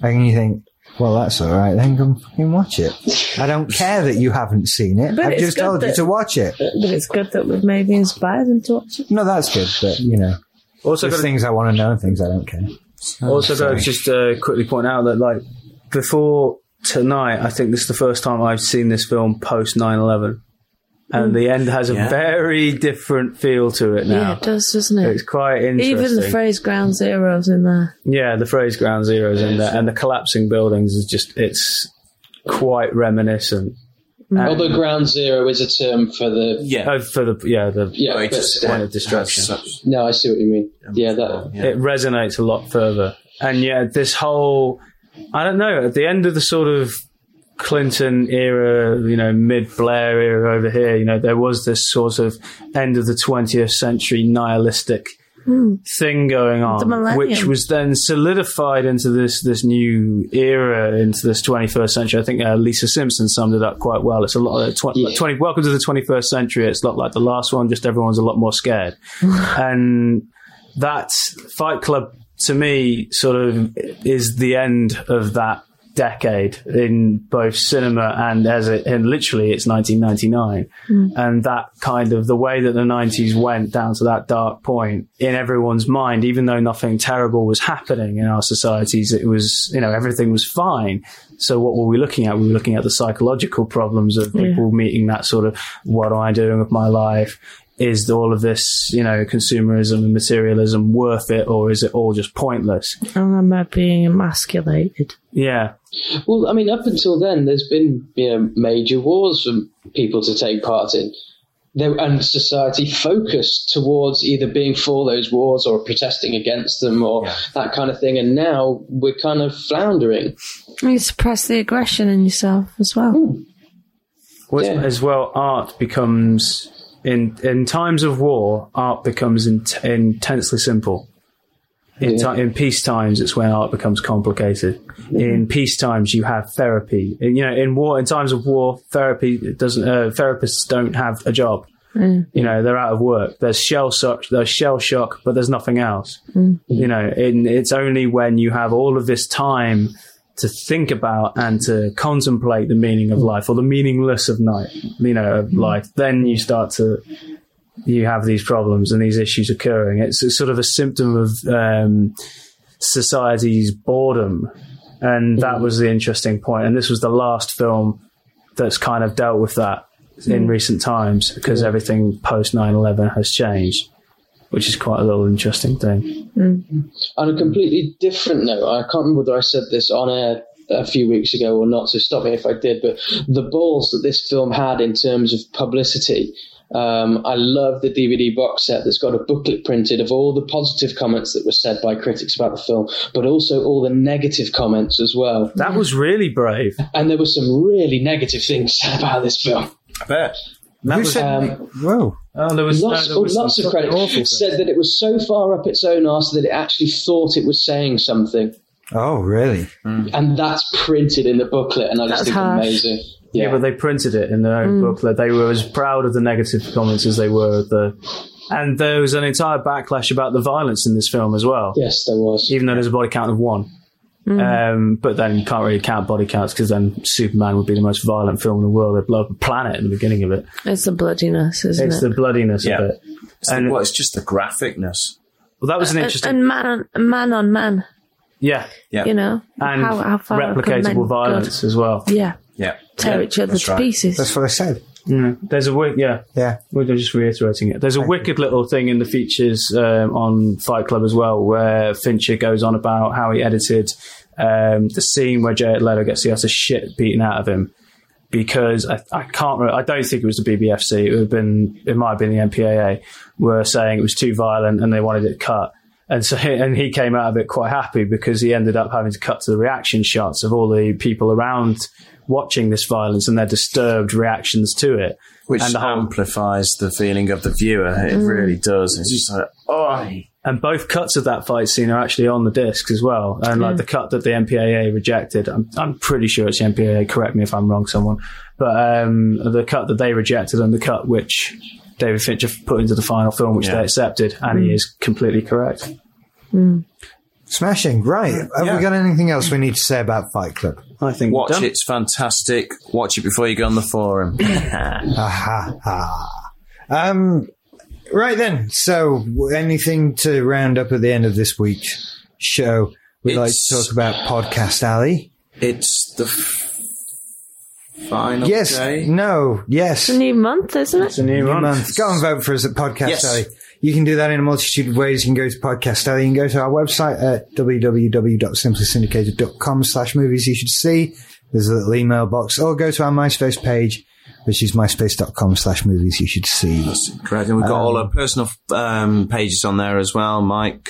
Speaker 6: and you think, "Well, that's all right. Then come fucking watch it." I don't care that you haven't seen it.
Speaker 5: But
Speaker 6: I've
Speaker 5: it's
Speaker 6: just
Speaker 5: good
Speaker 6: told you
Speaker 5: that-
Speaker 6: to watch it.
Speaker 5: But it's good that we've maybe inspired them to watch it.
Speaker 6: No, that's good, but you know.
Speaker 2: Also,
Speaker 6: There's
Speaker 2: got
Speaker 6: things I want to know and things I don't care.
Speaker 2: to, also got to just uh, quickly point out that like before tonight, I think this is the first time I've seen this film post 9-11. and the end has a
Speaker 3: Yeah.
Speaker 2: very different feel to it
Speaker 5: Hmm. Yeah,
Speaker 2: now.
Speaker 5: it does, doesn't it?
Speaker 2: It's quite interesting.
Speaker 5: Even the phrase ground zero's in there.
Speaker 2: yeah, the phrase ground zeros in there and the collapsing buildings is just, it's quite reminiscent.
Speaker 5: Hmm.
Speaker 4: Although ground zero is a term for the
Speaker 3: Yeah.
Speaker 2: Oh, for the, yeah, the
Speaker 4: yeah,
Speaker 3: Oh, it
Speaker 4: but
Speaker 3: just-
Speaker 4: still.
Speaker 2: point of destruction.
Speaker 4: no, I see what you mean. Yeah, that
Speaker 3: Yeah.
Speaker 2: it resonates a lot further. And yeah, this whole I don't know, at the end of the sort of Clinton era, you know, mid Blair era over here, you know, there was this sort of end of the 20th century nihilistic thing going
Speaker 5: Hmm. The
Speaker 2: on,
Speaker 5: millennium.
Speaker 2: which was then solidified into this this new era, into this 21st century. I think uh, Lisa Simpson summed it up quite well. It's a lot of tw-
Speaker 4: Yeah.
Speaker 2: like 20, welcome to the 21st century. It's not like the last one, just everyone's a lot more scared. and that Fight Club to me sort of is the end of that decade in both cinema and as it and literally it's 1999 and that kind of the way that the 90s went down to that dark point in everyone's mind even though nothing terrible was happening in our societies it was you know everything was fine so what were we looking at we were looking at the psychological problems of people meeting that sort of what am i doing with my life is all of this, you know, consumerism and materialism worth it, or is it all just pointless?
Speaker 5: And am I Oh, being emasculated?
Speaker 2: Yeah,
Speaker 4: Well, I mean, up until then, there's been you know major wars for people to take part in. There, and society focused towards either being for those wars or protesting against them or that kind of thing. And now we're kind of floundering.
Speaker 5: You suppress the aggression in yourself as well.
Speaker 2: Which,
Speaker 4: Yeah.
Speaker 2: as well, art becomes in in times of war, art becomes in, intensely simple. In, ti in peace times, it's when art becomes complicated. In peace times, you have therapy. And, you know, in war, in times of war, therapy doesn't. Uh, therapists don't have a job. You know, they're out of work. There's shell shock. There's shell shock, but there's nothing else. You know, in, it's only when you have all of this time to think about and to contemplate the meaning of life or the meaningless of night, you know, of life. Then you start to you have these problems and these issues occurring. It's, it's sort of a symptom of um, society's boredom, and that was the interesting point. And this was the last film that's kind of dealt with that in recent times because everything post 9-11 has changed which is quite a little interesting thing
Speaker 4: On a completely different note, I can't remember whether I said this on air a few weeks ago or not, so stop me if I did, but the balls that this film had in terms of publicity. Um, I love the DVD box set that's got a booklet printed of all the positive comments that were said by critics about the film, but also all the negative comments as well.
Speaker 2: that was really brave
Speaker 4: And there were some really negative things said about this film.
Speaker 3: I bet.
Speaker 2: that was
Speaker 4: Um,
Speaker 6: Whoa.
Speaker 2: oh there was no,
Speaker 4: lots,
Speaker 2: there was
Speaker 4: lots
Speaker 2: some
Speaker 4: of
Speaker 2: fucking awful
Speaker 4: critics
Speaker 2: things.
Speaker 4: said that it was so far up its own arse that it actually thought it was saying something.
Speaker 6: Oh, really?
Speaker 4: and that's printed in the booklet, and I just
Speaker 5: That's
Speaker 4: think
Speaker 5: harsh.
Speaker 4: amazing.
Speaker 2: Yeah, but they printed it in their
Speaker 5: Mm.
Speaker 2: own booklet. They were as proud of the negative comments as they were of the. And there was an entire backlash about the violence in this film as well,
Speaker 4: yes, there was.
Speaker 2: even though there's a body count of one.
Speaker 5: Mm.
Speaker 2: Um, but then you can't really count body counts because then Superman would be the most violent film in the world. They'd blow up a planet in the beginning of it.
Speaker 5: It's the bloodiness, isn't
Speaker 2: It's
Speaker 5: it?
Speaker 2: the bloodiness
Speaker 3: Yeah.
Speaker 2: of it.
Speaker 3: It's the-
Speaker 2: And-
Speaker 3: well, it's just the graphicness.
Speaker 2: Well, that was an
Speaker 5: And-
Speaker 2: interesting.
Speaker 5: Uh, and man on man on man,
Speaker 2: yeah.
Speaker 3: Yeah.
Speaker 5: you know,
Speaker 2: And
Speaker 5: how, how far can men go?
Speaker 2: replicatable violence as well.
Speaker 5: Yeah,
Speaker 3: Yeah.
Speaker 5: tear
Speaker 3: Yeah,
Speaker 5: each other
Speaker 3: that's
Speaker 5: to
Speaker 3: right.
Speaker 5: pieces.
Speaker 6: That's what I said.
Speaker 2: Mm. There's a wi- yeah.
Speaker 6: Yeah.
Speaker 2: We're just reiterating it. There's a wicked little thing in the features um, on Fight Club as well, where Fincher goes on about how he edited um, the scene where Jared Leto gets the utter shit beaten out of him because I, I can't. Re- I don't think it was the BBFC. It would have been. It might have been the MPAA were saying it was too violent and they wanted it cut. And so, and he came out of it quite happy because he ended up having to cut to the reaction shots of all the people around watching this violence and their disturbed reactions to it.
Speaker 3: Which
Speaker 2: And the whole-
Speaker 3: amplifies the feeling of the viewer. It
Speaker 5: Mm.
Speaker 3: really does. It's just like, oh,
Speaker 2: and both cuts of that fight scene are actually on the discs as well. And like the cut that the MPAA rejected, I'm, I'm pretty sure it's the MPAA. Correct me if I'm wrong, someone. But um, the cut that they rejected and the cut which David Fincher put into the final film, which
Speaker 3: Yeah.
Speaker 2: they accepted, and he is completely correct.
Speaker 6: Smashing. Right. Have
Speaker 3: Yeah.
Speaker 6: we got anything else we need to say about Fight Club?
Speaker 2: I think
Speaker 3: watch
Speaker 2: we're done.
Speaker 3: it. It's fantastic. Watch it before you go on the forum.
Speaker 6: Aha. ha. Um, right then. So, anything to round up at the end of this week's show? We'd like
Speaker 3: It's-
Speaker 6: to talk about Podcast Alley.
Speaker 3: it's the f- final
Speaker 6: Yes.
Speaker 3: day.
Speaker 6: No. Yes.
Speaker 5: It's a new month, isn't it?
Speaker 2: It's a new,
Speaker 6: New
Speaker 2: month.
Speaker 6: month. Go and vote for us at Podcast
Speaker 3: Yes.
Speaker 6: Alley. You can do that in a multitude of ways. You can go to Podcast Alley. You can go to our website at www.simplysyndicated.com slash movies you should see. There's a little email box. Or go to our MySpace page, which is myspace.com slash movies you should see.
Speaker 3: Correct. And we've got all our personal um, pages on there as well. Mike,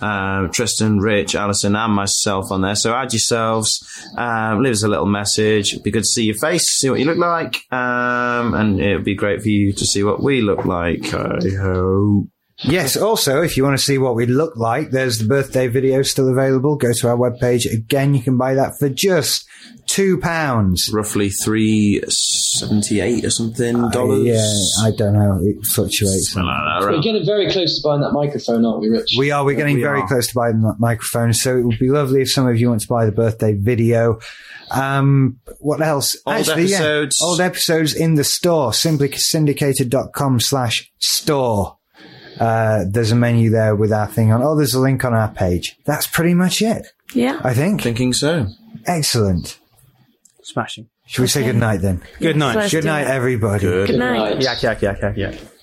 Speaker 3: uh, Tristan, Rich, Alison, and myself on there. So add yourselves. Um, leave us a little message. It'd be good to see your face, see what you look like, um, and it'd be great for you to see what we look like. I hope.
Speaker 6: Yes, also, if you want to see what we look like, there's the birthday video still available. Go to our webpage. Again, you can buy that for just £2.
Speaker 3: Roughly three seventy-eight or something dollars.
Speaker 6: Yeah, I don't know. It fluctuates.
Speaker 3: Something like that,
Speaker 4: We're
Speaker 3: right?
Speaker 4: getting very close to buying that microphone, aren't we, Rich?
Speaker 6: We are. We're getting
Speaker 3: Uh, We
Speaker 6: very
Speaker 3: are.
Speaker 6: close to buying that microphone, so it would be lovely if some of you want to buy the birthday video. Um, what else?
Speaker 3: Old episodes.
Speaker 6: Yeah, old episodes in the store. Simply syndicated.com slash store. Uh, there's a menu there with our thing on. Oh, there's a link on our page. That's pretty much it,
Speaker 5: Yeah.
Speaker 6: I think.
Speaker 3: Thinking so.
Speaker 6: Excellent.
Speaker 2: Smashing.
Speaker 6: Should we say goodnight then?
Speaker 2: Good night.
Speaker 5: Let's do
Speaker 6: Good night,
Speaker 5: that.
Speaker 6: everybody.
Speaker 5: Good night.
Speaker 2: Yak, yak, yak, yak, yak.